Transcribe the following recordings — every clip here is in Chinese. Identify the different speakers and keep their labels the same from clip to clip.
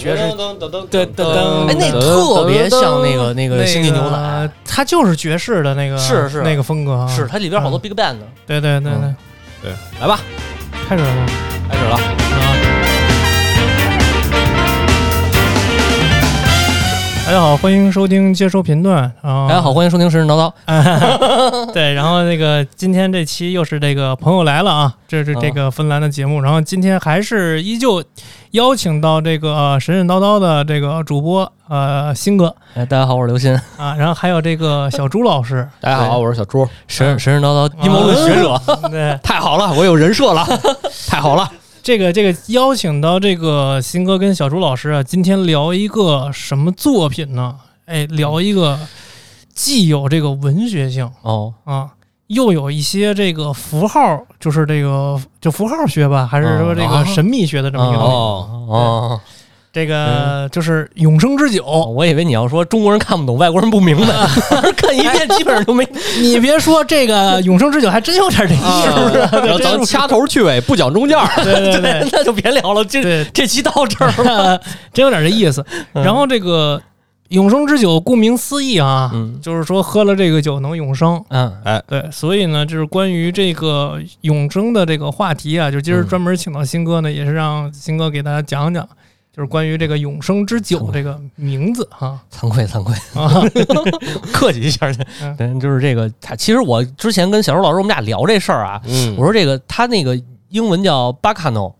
Speaker 1: 噔噔
Speaker 2: 对噔噔
Speaker 3: 哎，那特别像那个
Speaker 2: 那
Speaker 3: 那个星际牛啊
Speaker 2: 个
Speaker 3: 奶，
Speaker 2: 它就是爵士的那个，
Speaker 3: 是是
Speaker 2: 那个风格啊，
Speaker 3: 是它里边好多
Speaker 2: 嗯
Speaker 3: Big Band 呢。
Speaker 2: 对对对对
Speaker 3: 嗯，
Speaker 1: 对，来吧，
Speaker 2: 开始了。
Speaker 1: 开始了。
Speaker 2: 大家好，欢迎收听接收频段啊！
Speaker 3: 大家好，欢迎收听《神神叨叨》。
Speaker 2: 对，然后那个今天这期又是这个朋友来了啊，这是这个芬兰的节目，然后今天还是依旧邀请到这个、呃神神叨叨的这个主播呃新哥
Speaker 3: 哎，大家好，我是刘鑫。
Speaker 2: 啊，然后还有这个小朱老 师，
Speaker 1: 大家好，我是小朱。
Speaker 3: 神神神叨叨阴谋论学者，
Speaker 2: 对，
Speaker 1: 太好了，我有人设了， 太好了。
Speaker 2: 这个这个邀请到这个新哥跟小朱老师啊，今天聊一个什么作品呢？哎，聊一个既有这个文学性
Speaker 3: 哦，
Speaker 2: 啊，又有一些这个符号，就是这个就符号学吧，还是说这个
Speaker 3: 啊
Speaker 2: 神秘学的这么一个东西？
Speaker 3: 哦
Speaker 2: 这个就是永生之
Speaker 3: 哦，
Speaker 2: 久。
Speaker 3: 我以为你要说中国人看不懂，外国人不明白， 看一遍基本上就没。
Speaker 2: 你别说这个永生之久，还真有点这意
Speaker 3: 啊
Speaker 2: 思，是不是？
Speaker 1: 然后咱掐头去尾，不讲中间儿。
Speaker 2: 对对对
Speaker 3: 那就别聊了，这
Speaker 2: 对，
Speaker 3: 这期到这儿了。
Speaker 2: 真有点这意思。
Speaker 3: 嗯
Speaker 2: 然后这个永生之酒，顾名思义啊，
Speaker 3: 嗯
Speaker 2: 就是说喝了这个酒能永生。
Speaker 3: 嗯，
Speaker 2: 对，所以呢，就是关于这个永生的这个话题啊，就今儿
Speaker 3: 嗯
Speaker 2: 专门请到新哥呢，也是让新哥给大家讲讲，就是关于这个永生之酒
Speaker 3: 嗯
Speaker 2: 这个名字哈
Speaker 3: 惭愧惭愧，
Speaker 2: 啊，
Speaker 3: 客气一下 去
Speaker 2: 嗯。
Speaker 3: 但就是这个，他其实我之前跟小周老师我们俩聊这事儿啊，
Speaker 1: 嗯
Speaker 3: 我说这个他那个英文叫 Bacano，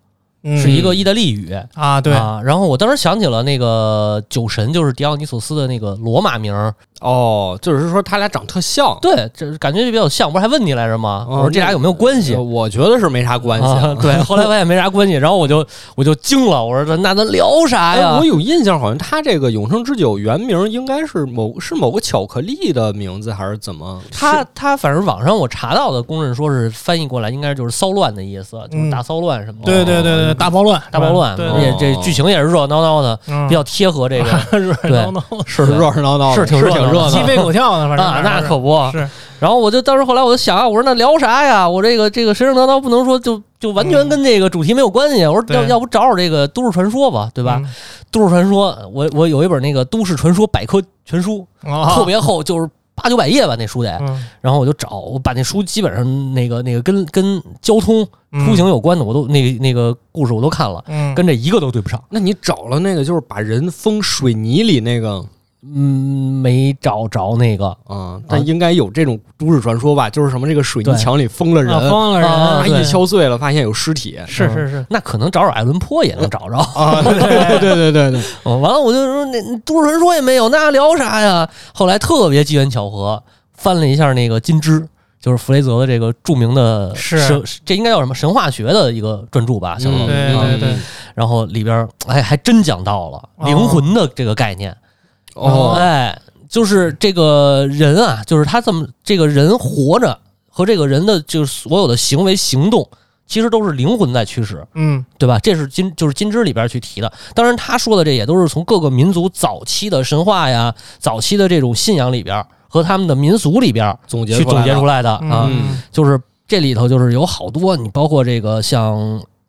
Speaker 3: 是嗯一个意大利语。
Speaker 2: 啊，嗯对，
Speaker 3: 啊，然后我当时想起了那个酒神，就是迪奥尼索斯的那个罗马名儿，
Speaker 1: 哦，就是说他俩长特像，
Speaker 3: 对，这感觉就比较像。不是还问你来着吗？
Speaker 1: 哦
Speaker 3: 我说这俩有没有关系？
Speaker 1: 我觉得是没啥关系。
Speaker 3: 嗯啊 对，后来发现没啥关系，然后我就我就惊了，我说那咱聊啥
Speaker 1: 哎
Speaker 3: 呀
Speaker 1: 我？有印象，好像他这个永生之酒原名应该是某是某个巧克力的名字，还是怎么？
Speaker 3: 他他反正网上我查到的公认说是翻译过来应该就是骚乱的意思，就是
Speaker 2: 嗯
Speaker 3: 大骚乱什么的。
Speaker 2: 对对
Speaker 3: 哦
Speaker 2: 对对，大暴乱，
Speaker 3: 大暴乱，
Speaker 2: 对，
Speaker 3: 而
Speaker 2: 对
Speaker 3: 且这剧情也是热热闹闹的，
Speaker 2: 嗯
Speaker 3: 比较贴合这个，
Speaker 2: 热闹闹的，
Speaker 1: 是热热闹闹的，
Speaker 3: 是挺
Speaker 1: 是
Speaker 3: 热闹的
Speaker 1: 热
Speaker 2: 鸡
Speaker 1: 闹的。
Speaker 2: 飞狗跳的，反正
Speaker 3: 啊，那可不。
Speaker 2: 是
Speaker 3: 然后我就当时后来我就想啊，我说那聊啥呀？我这个这个神神叨叨不能说就就完全跟这个主题没有关系。啊我说要
Speaker 2: 对嗯
Speaker 3: 要不找找这个都市传说吧，
Speaker 2: 对
Speaker 3: 对吧？？都市传说，我我有一本那个都市传说百科全书，特
Speaker 2: 特
Speaker 3: 别厚，就是八九百页吧，那书得。
Speaker 2: 嗯
Speaker 3: 然后我就找，我把那书基本上那个那个跟跟交通出行，有关的，我都那个那个故事我都看了，
Speaker 2: 嗯，
Speaker 3: 跟这一个都对不上。
Speaker 1: 那你找了那个就是把人封水泥里那个，
Speaker 3: 嗯，没找着那个
Speaker 1: 嗯，但应该有这种都市传说吧？就是什么这个水泥
Speaker 3: 对
Speaker 1: 墙里封了
Speaker 2: 啊
Speaker 1: 人，
Speaker 2: 疯了
Speaker 3: 啊
Speaker 2: 人，
Speaker 1: 啪
Speaker 3: 对
Speaker 1: 一敲碎了，发现有尸 体。
Speaker 3: 嗯
Speaker 2: 是是是，
Speaker 3: 那可能找找艾伦坡也能找着。
Speaker 1: 啊，对对对对对，
Speaker 3: 哦，完了我就说那那都市传说也没有，那聊啥呀？后来特别机缘巧合，翻了一下那个《金枝》，就是弗雷泽的这个著名的
Speaker 2: 是
Speaker 3: 神，这应该叫什么神话学的一个专著吧，小
Speaker 1: 嗯
Speaker 3: 龙、
Speaker 2: 对
Speaker 3: 啊
Speaker 2: 对对，
Speaker 3: 然后里边儿哎还真讲到了
Speaker 2: 哦
Speaker 3: 灵魂的这个概念，
Speaker 1: 哦，
Speaker 3: 哎，就是这个人啊，就是他这么这个人活着和这个人的就是所有的行为行动，其实都是灵魂在驱使。
Speaker 2: 嗯
Speaker 3: 对吧？这是金就是金枝里边去提的。当然，他说的这也都是从各个民族早期的神话呀、早期的这种信仰里边和他们的民俗里边
Speaker 1: 总结
Speaker 3: 去总结出
Speaker 1: 来
Speaker 3: 来的啊。
Speaker 2: 嗯
Speaker 3: 就是这里头就是有好多，你包括这个像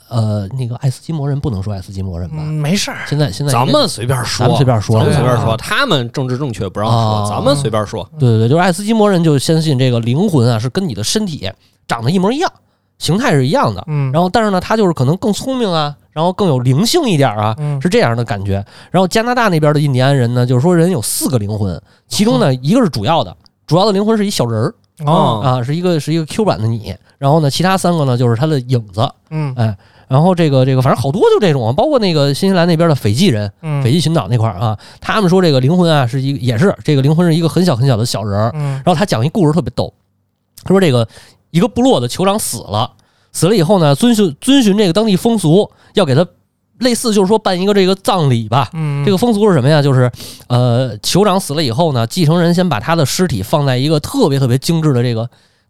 Speaker 3: 呃那个爱斯基摩人，不能说爱斯基摩人吧？啊
Speaker 2: 嗯，没事儿，
Speaker 3: 现在现在
Speaker 1: 了，咱们随便说，
Speaker 3: 咱们随便说
Speaker 1: 咱们随便
Speaker 3: 对
Speaker 1: 说，
Speaker 3: 啊
Speaker 2: 嗯
Speaker 1: 他们政治正确不让
Speaker 3: 啊
Speaker 1: 说，咱们随便说。
Speaker 3: 对对对，就是爱斯基摩人就相信这个灵魂啊是跟你的身体长得一模一样，形态是一样的。
Speaker 2: 嗯，
Speaker 3: 然后但是呢，他就是可能更聪明啊，然后更有灵性一点啊，
Speaker 2: 嗯
Speaker 3: 是这样的感觉。然后加拿大那边的印第安人呢，就是说人有四个灵魂，其中呢一个是主要的，主要的灵魂是一小人儿
Speaker 2: 哦，
Speaker 3: 啊，是一个是一个 Q 版的你。然后呢，其他三个呢就是他的影子。
Speaker 2: 嗯
Speaker 3: 然后这个这个，反正好多就这种，包括那个新西兰那边的斐济人，
Speaker 2: 嗯，
Speaker 3: 斐济群岛那块儿啊，他们说这个灵魂啊是一个也是这个灵魂是一个很小很小的小人儿。
Speaker 2: 嗯
Speaker 3: 然后他讲一故事特别逗，他说这个一个部落的酋长死了，死了以后呢，遵循遵循这个当地风俗，要给他类似就是说办一个这个葬礼吧。
Speaker 2: 嗯，
Speaker 3: 啊这个风俗是什么呀？就是，呃，酋长死了以后呢，继承人先把他的尸体放在一个特别特别精致的这个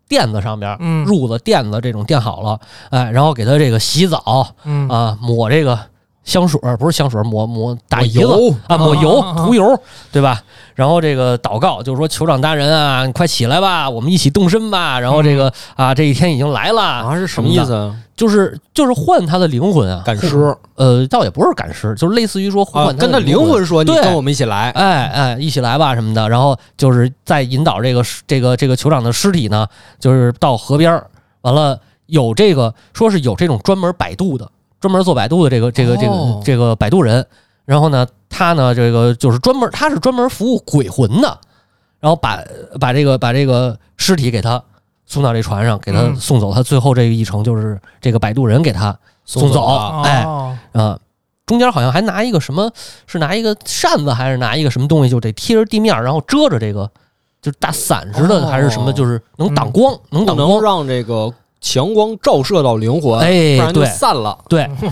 Speaker 3: 垫子上边儿，
Speaker 2: 嗯
Speaker 3: 褥子、垫子这种垫好了，哎，然后给他这个洗澡
Speaker 2: 嗯
Speaker 3: 啊，抹这个香水儿不是香水儿，抹抹打
Speaker 1: 打
Speaker 3: 胰子
Speaker 1: 油，
Speaker 3: 啊，抹油
Speaker 2: 啊啊啊
Speaker 3: 涂油，对吧？然后这个祷告，就是说酋长大人啊，你快起来吧，我们一起动身吧。然后这个啊，这一天已经来了，
Speaker 1: 嗯啊是什么意思啊？
Speaker 3: 就是就是换他的灵魂啊，
Speaker 1: 赶尸
Speaker 3: 呃，倒也不是赶尸，就是类似于说呼
Speaker 1: 啊，
Speaker 3: 唤
Speaker 1: 跟
Speaker 3: 他
Speaker 1: 他
Speaker 3: 的
Speaker 1: 灵
Speaker 3: 魂。
Speaker 1: 魂说，你
Speaker 3: 对
Speaker 1: 跟我们一起来，
Speaker 3: 哎哎，一起来吧什么的，然后就是再引导这个这个这个酋长的尸体呢，就是到河边儿，完了有这个说是有这种专门摆渡的，专门做摆渡的这个这个这个
Speaker 1: 哦
Speaker 3: 这个摆渡人，然后呢，他呢这个就是专门他是专门服务鬼魂的，然后把把这个把这个尸体给他送到这船上，给他
Speaker 2: 嗯
Speaker 3: 送走，他最后这一程就是这个摆渡人给他送走
Speaker 1: 啊
Speaker 3: 哎
Speaker 2: 哦
Speaker 3: 啊，中间好像还拿一个什么，是拿一个扇子还是拿一个什么东西，就得贴着地面，然后遮着这个，就是大伞似的、
Speaker 1: 哦
Speaker 3: 还是什么，就是能挡光，能
Speaker 1: 不
Speaker 3: 挡
Speaker 1: 能
Speaker 3: 光。
Speaker 1: 让这个强光照射到灵魂，不
Speaker 3: 哎，
Speaker 1: 然就
Speaker 3: 对
Speaker 1: 散了。
Speaker 3: 对对，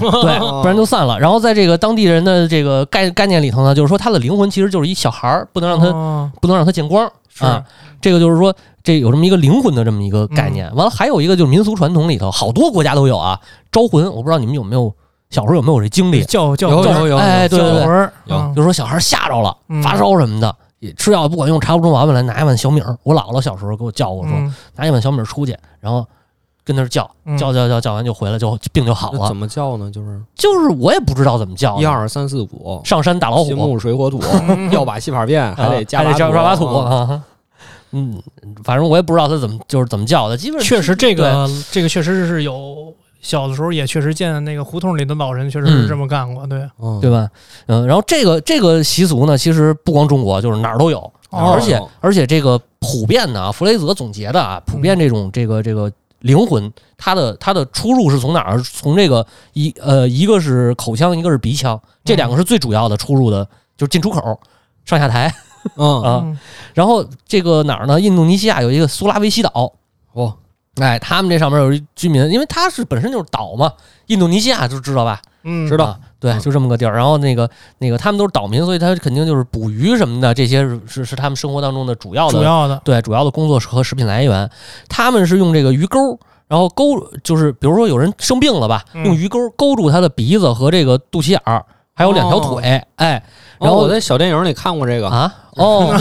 Speaker 3: 不然就散了。然后在这个当地人的这个概概念里头呢，就是说他的灵魂其实就是一小孩儿，不能让他、
Speaker 2: 哦
Speaker 3: 不能让他见光
Speaker 2: 是
Speaker 3: 啊。这个就是说，这有这么一个灵魂的这么一个
Speaker 1: 嗯
Speaker 3: 概念。完了，还有一个就是民俗传统里头，好多国家都有啊，招魂。我不知道你们有没有小时候有没有这经历？
Speaker 2: 叫叫
Speaker 1: 有
Speaker 2: 叫
Speaker 1: 有有
Speaker 3: 哎，对
Speaker 2: 叫
Speaker 3: 对对
Speaker 2: 魂，儿，
Speaker 1: 有
Speaker 2: 嗯
Speaker 3: 就说小孩吓着了，
Speaker 2: 嗯
Speaker 3: 发烧什么的，也吃药不管用，查不出毛病来，拿一碗小米儿。我姥姥小时候给我叫过，说
Speaker 2: 嗯
Speaker 3: 拿一碗小米儿出去，然后跟那儿叫
Speaker 2: 嗯
Speaker 3: 叫叫叫叫完就回来，就病就好啊
Speaker 1: 那
Speaker 3: 了
Speaker 1: 怎。么叫呢？就是
Speaker 3: 就是我也不知道怎么叫
Speaker 1: 一
Speaker 3: 的，
Speaker 1: 二三四五，
Speaker 3: 上山打老
Speaker 1: 金
Speaker 3: 虎，
Speaker 1: 木水 火土，要把戏法变，还
Speaker 3: 啊
Speaker 1: 得加
Speaker 3: 还得加
Speaker 1: 把
Speaker 3: 把土啊。 嗯，反正我也不知道他怎么就是怎么叫的，基本上
Speaker 2: 确实这个这个确实是有。小的时候也确实见那个胡同里的老人，确实是这么干过，
Speaker 3: 啊
Speaker 2: 对，
Speaker 1: 嗯
Speaker 3: 对吧？嗯，然后这个这个习俗呢，其实不光中国，就是哪儿都有，
Speaker 2: 哦
Speaker 3: 而且而且这个普遍的啊，弗雷泽总结的啊，普
Speaker 1: 嗯
Speaker 3: 遍这种这个这个灵魂，它的它的出入是从哪儿？从这个一呃，一个是口腔，一个是鼻腔，这
Speaker 1: 嗯
Speaker 3: 两个是最主要的出入的，就是进出口。上下台，
Speaker 1: 嗯，
Speaker 3: 啊
Speaker 2: 嗯
Speaker 3: 然后这个哪儿呢？印度尼西亚有一个苏拉维西岛，
Speaker 1: 哦，
Speaker 3: 哎，他们这上面有一居民，因为它是本身就是岛嘛，印度尼西亚就知道吧？
Speaker 2: 嗯，
Speaker 1: 知道
Speaker 3: 啊对，
Speaker 1: 嗯
Speaker 3: 就这么个地儿。然后那个那个，他们都是岛民，所以他肯定就是捕鱼什么的，这些是是是他们生活当中的主要的
Speaker 2: 主
Speaker 3: 呃
Speaker 2: 要的，
Speaker 3: 对主要的工作和食品来源。他们是用这个鱼钩，然后勾就是比如说有人生病了吧，
Speaker 2: 嗯
Speaker 3: 用鱼钩勾住他的鼻子和这个肚脐眼儿，还有两条腿，哎然
Speaker 1: 然后
Speaker 3: 后
Speaker 1: 我在小电影里看过这个，
Speaker 3: 啊哦。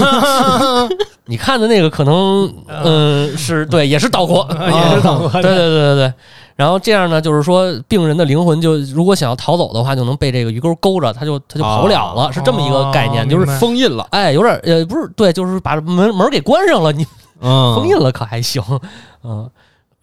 Speaker 3: 你看的那个可能，嗯、是对，也是岛国，
Speaker 2: 啊 也是岛国
Speaker 3: 对 对对对对。然后这样呢，就是说，病人的灵魂就如果想要逃走的话，就能被这个鱼钩勾着，他就他就跑不了了，是这么一个概念，
Speaker 2: 啊哦
Speaker 3: 就是
Speaker 2: 明白
Speaker 1: 封印了，
Speaker 3: 哎，有点呃，不是对，就是把门门给关上了，你
Speaker 1: 嗯，
Speaker 3: 封印了可还行，嗯。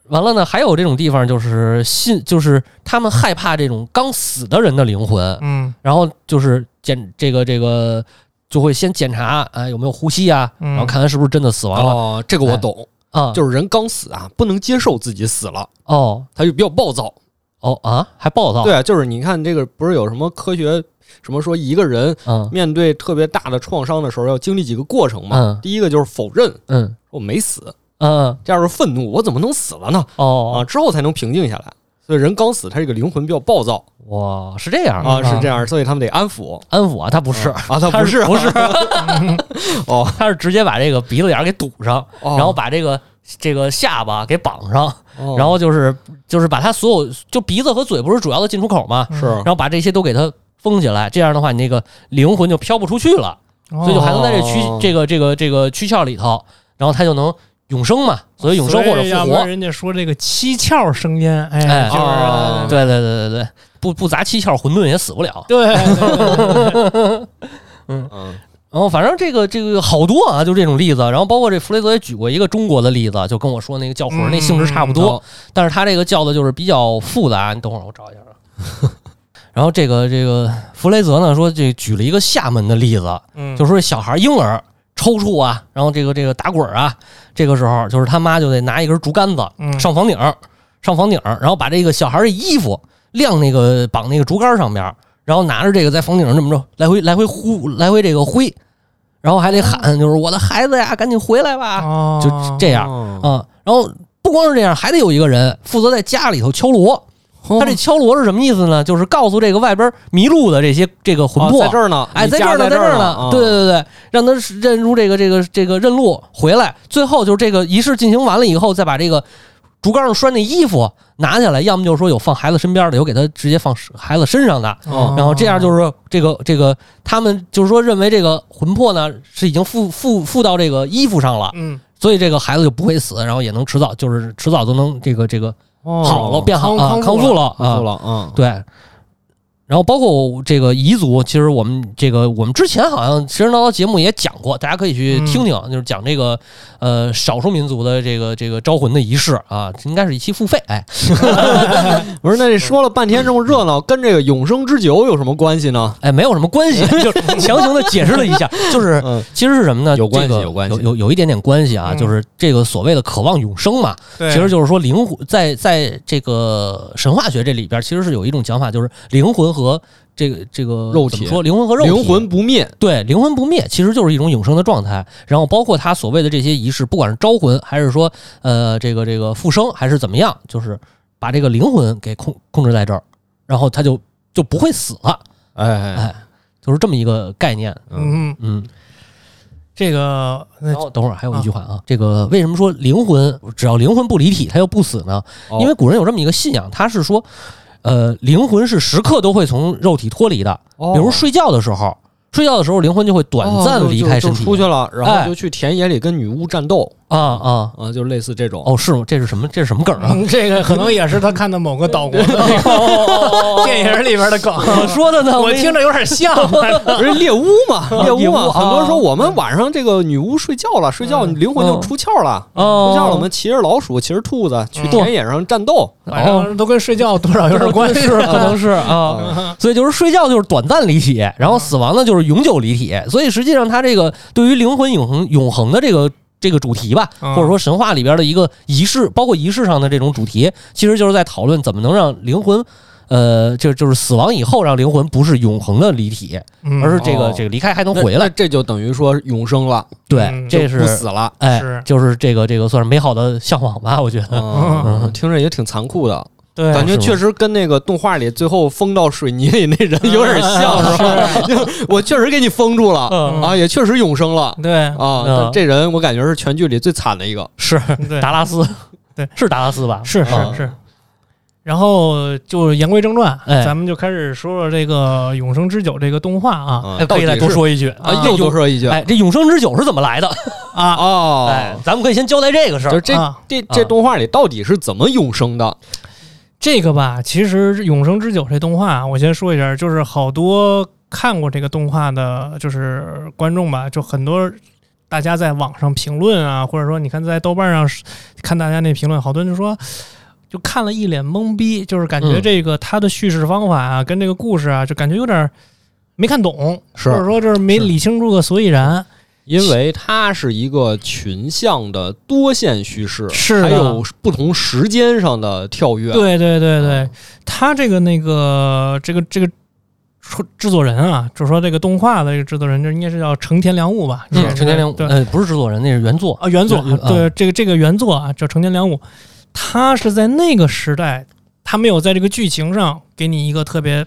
Speaker 3: 完了呢，还有这种地方就是信，就是他们害怕这种刚死的人的灵魂，
Speaker 2: 嗯
Speaker 3: 然后就是检这个这个就会先检查啊、有没有呼吸啊，
Speaker 2: 嗯
Speaker 3: 然后看看是不是真的死亡了
Speaker 1: 哦，这个我懂，
Speaker 3: 啊。
Speaker 1: 就是人刚死啊，不能接受自己死了，
Speaker 3: 哦
Speaker 1: 他就比较暴躁。
Speaker 3: 哦啊，还暴躁，
Speaker 1: 对，就是你看这个，不是有什么科学什么说一个人
Speaker 3: 嗯
Speaker 1: 面对特别大的创伤的时候要经历几个过程嘛？
Speaker 3: 嗯
Speaker 1: 第一个就是否认
Speaker 3: 嗯
Speaker 1: 我没死，
Speaker 3: 嗯
Speaker 1: 第二个愤怒，我怎么能死了呢？啊，
Speaker 3: 哦
Speaker 1: 之后才能平静下来。所以人刚死，他这个灵魂比较暴躁
Speaker 3: 哇，是这样
Speaker 1: 啊，是这样，所以他们得安抚。
Speaker 3: 安抚啊，嗯他不是，
Speaker 1: 啊，他不是
Speaker 3: 不是，
Speaker 1: 哦，
Speaker 3: 他是直接把这个鼻子眼儿给堵上，
Speaker 1: 然
Speaker 3: 然后把这个这个下巴给绑上，
Speaker 1: 然
Speaker 3: 然后就是就是把他所有就鼻子和嘴不是主要的进出口嘛，
Speaker 2: 嗯
Speaker 1: 是
Speaker 3: 然后把这些都给它封起来，这样的话你那个灵魂就飘不出去了，所以就还能在这躯
Speaker 1: 哦
Speaker 3: 这个这个这个躯壳里头，然后它就能永生嘛，所以永生或者
Speaker 2: 所以要
Speaker 3: 复
Speaker 2: 不然
Speaker 3: 活。
Speaker 2: 人家说这个七窍生烟，
Speaker 3: 哎
Speaker 2: 哎，就是
Speaker 1: 哦
Speaker 2: 啊
Speaker 3: 对对对对对，不不砸七窍，混沌也死不了。
Speaker 2: 对对
Speaker 1: 嗯
Speaker 3: 然后哦反正这个这个好多啊，就这种例子。然后包括这弗雷泽也举过一个中国的例子，就跟我说那个叫魂儿那性质差不多，但是他这个叫的就是比较复杂。你等会儿我找一下啊。然后这个这个弗雷泽呢说，这举了一个厦门的例子，
Speaker 2: 嗯，
Speaker 3: 就说小孩婴儿抽搐啊，然后这个这个打滚儿啊，这个时候就是他妈就得拿一根竹竿子
Speaker 2: 嗯
Speaker 3: 上房顶儿，上房顶儿，然后把这个小孩的衣服晾那个绑那个竹竿上边儿，然后拿着这个在房顶上这么着来回来回呼来回这个挥，然后还得喊就是我的孩子呀，赶紧回来吧，
Speaker 2: 哦
Speaker 3: 就这
Speaker 1: 这
Speaker 3: 样啊、然后不光是这样，还得有一个人负责在家里头敲锣。
Speaker 2: 哦
Speaker 1: 哦
Speaker 3: 他这敲锣是什么意思呢？就是告诉这个外边迷路的这些这个魂魄，
Speaker 1: 啊哦在这儿呢，
Speaker 3: 哎，
Speaker 1: 你
Speaker 3: 在这
Speaker 1: 家
Speaker 3: 儿呢，
Speaker 1: 在
Speaker 3: 在
Speaker 1: 儿啊
Speaker 3: 儿呢，对对对，让他认出这个这个这个认路回来，最后就是这个仪式进行完了以后，再把这个竹竿上拴那衣服拿下来，要么就是说有放孩子身边的，有给他直接放孩子身上的，
Speaker 1: 哦
Speaker 3: 然后这样就是说这个这个他们就是说认为这个魂魄呢是已经附附附到这个衣服上了，
Speaker 2: 嗯，
Speaker 3: 所以这个孩子就不会死，然后也能迟早就是迟早都能这个这个
Speaker 2: 哦
Speaker 3: 好了变好啊
Speaker 2: 康
Speaker 3: 康复
Speaker 2: 了，
Speaker 3: 了
Speaker 1: 康
Speaker 3: 啊
Speaker 1: 复，了啊，
Speaker 3: 对，然后包括这个彝族，其实我们这个我们之前好像《神神叨叨》节目也讲过，大家可以去
Speaker 1: 嗯
Speaker 3: 听听，就是讲这个呃少数民族的这个这个招魂的仪式啊，应该是一期付费，哎，
Speaker 1: 不是，那这说了半天这么热闹，跟这个永生之酒有什么关系呢？
Speaker 3: 哎，没有什么关 系，就是
Speaker 2: 嗯
Speaker 3: 强行的解释了一下，就是
Speaker 1: 嗯
Speaker 3: 其实是什么呢？
Speaker 1: 有关系
Speaker 3: 这个
Speaker 1: 有关系
Speaker 3: 有有有一点点关系啊，
Speaker 2: 嗯
Speaker 3: 就是这个所谓的渴望永生嘛，
Speaker 2: 对，
Speaker 3: 其实就是说灵魂在在这个神话学这里边，其实是有一种讲法，就是灵魂和这个这个
Speaker 1: 肉
Speaker 3: 怎么
Speaker 1: 体
Speaker 3: 说灵魂和肉体
Speaker 1: 灵魂不灭，
Speaker 3: 对，灵魂不灭其实就是一种永生的状态。然后包括他所谓的这些仪式，不管是招魂，还是说呃这个这个复生，还是怎么样，就是把这个灵魂给控控制在这儿，然后他就就不会死了，
Speaker 1: 哎哎，
Speaker 3: 哎，就是这么一个概念。
Speaker 1: 嗯
Speaker 2: 嗯，
Speaker 3: 嗯，
Speaker 2: 这个那
Speaker 3: 然
Speaker 2: 就
Speaker 3: 后等会儿还有一句话啊，这个为什么说灵魂只要灵魂不离体，它就不死呢？
Speaker 1: 哦
Speaker 3: 因为古人有这么一个信仰，他是说，呃，灵魂是时刻都会从肉体脱离的，比如睡觉的时候，睡觉的时候灵魂就会短
Speaker 1: 哦
Speaker 3: 暂
Speaker 1: 就
Speaker 3: 离开身
Speaker 1: 就就
Speaker 3: 体，
Speaker 1: 出去了，然
Speaker 3: 哎
Speaker 1: 后就去田野里跟女巫战斗
Speaker 3: 啊啊！
Speaker 1: 啊，就类似这种。
Speaker 3: 哦，是吗？这是什么？这是什么梗啊？
Speaker 2: 嗯这个可能也是他看的某个岛国的电影里边的梗，
Speaker 3: 我说的呢？
Speaker 2: 哦我听
Speaker 3: 着
Speaker 2: 着有点 像，
Speaker 1: 不是猎巫嘛，猎
Speaker 3: 猎
Speaker 1: 巫
Speaker 3: 巫
Speaker 1: 嘛，
Speaker 3: 啊
Speaker 1: 很多人说我们晚上这个女巫睡觉了，睡觉
Speaker 2: 嗯
Speaker 1: 灵魂就出窍了，
Speaker 3: 哦
Speaker 1: 出窍了，我们骑着老鼠，骑着兔子去
Speaker 2: 嗯
Speaker 1: 田野上战斗，
Speaker 3: 哦
Speaker 2: 反正都跟睡觉多少有点关系
Speaker 3: 是，可能是啊，所以就是睡觉就是短暂离体，然后死亡呢就是永久离体，所以实际上它这个对于灵魂永恒永恒的这个这个主题吧，
Speaker 2: 嗯
Speaker 3: 或者说神话里边的一个仪式，包括仪式上的这种主题，其实就是在讨论怎么能让灵魂，呃，就就是死亡以后让灵魂不是永恒的离体，
Speaker 2: 嗯
Speaker 3: 而是这个
Speaker 1: 哦
Speaker 3: 这个离开还能
Speaker 1: 那
Speaker 3: 回
Speaker 1: 那
Speaker 3: 来，
Speaker 1: 这就等于说永生了，
Speaker 3: 对
Speaker 2: 嗯，
Speaker 3: 这
Speaker 1: 就是不死了。
Speaker 3: 哎
Speaker 2: 是，
Speaker 3: 就是这个这个算是美好的向往吧，我觉得。
Speaker 1: 嗯，
Speaker 2: 啊
Speaker 1: 听着也挺残酷的，
Speaker 2: 对，
Speaker 1: 感觉
Speaker 3: 是吗
Speaker 1: 确实跟那个动画里最后封到水泥里那人有点像，是吧？就我确实给你封住了
Speaker 3: 嗯
Speaker 1: 啊，也确实永生了
Speaker 2: 对
Speaker 1: 啊。
Speaker 3: 嗯
Speaker 1: 但这人我感觉是全剧里最惨的一个。
Speaker 3: 是
Speaker 2: 对
Speaker 3: 达拉斯，
Speaker 2: 对，
Speaker 3: 是达拉斯吧？
Speaker 2: 是
Speaker 1: 啊
Speaker 2: 是是。然后就言归正传，
Speaker 3: 哎
Speaker 2: 咱们就开始说说这个《永生之酒》这个动画啊
Speaker 1: 啊
Speaker 3: 哎，可以再多说一句
Speaker 1: 啊，
Speaker 2: 啊
Speaker 1: 又多说一句
Speaker 3: 哎，这永生之酒是怎么来的？
Speaker 2: 啊，
Speaker 3: 哎
Speaker 1: 哦，，
Speaker 3: 咱们可以先交代这个事
Speaker 1: 就
Speaker 3: 儿。
Speaker 1: 这
Speaker 2: 啊
Speaker 1: 这这动画里到底是怎么永生的？
Speaker 2: 这个吧，其实《永生之酒》这动画啊，我先说一下，就是好多看过这个动画的，就是观众吧，就很多大家在网上评论啊，或者说你看在豆瓣上看大家那评论，好多人就说。就看了一脸懵逼，就是感觉
Speaker 3: 嗯
Speaker 2: 这个他的叙事方法啊，跟这个故事啊，就感觉有点没看懂，
Speaker 1: 是
Speaker 2: 或者说就是没
Speaker 1: 是
Speaker 2: 理清楚个所以然。
Speaker 1: 因为它是一个群像的多线叙事，
Speaker 2: 是的
Speaker 1: 还有不同时间上的跳跃。
Speaker 2: 对对对对，他这个那个这个这个制制作人啊，就说这个动画的这个制作人，这应该是叫成田良悟吧？应该是
Speaker 3: 成田良，
Speaker 2: 对
Speaker 3: 呃，不是制作人，那是原作。
Speaker 2: 啊，原作
Speaker 3: 原
Speaker 2: 对这个这个原作啊，叫成田良悟，他是在那个时代，他没有在这个剧情上给你一个特别，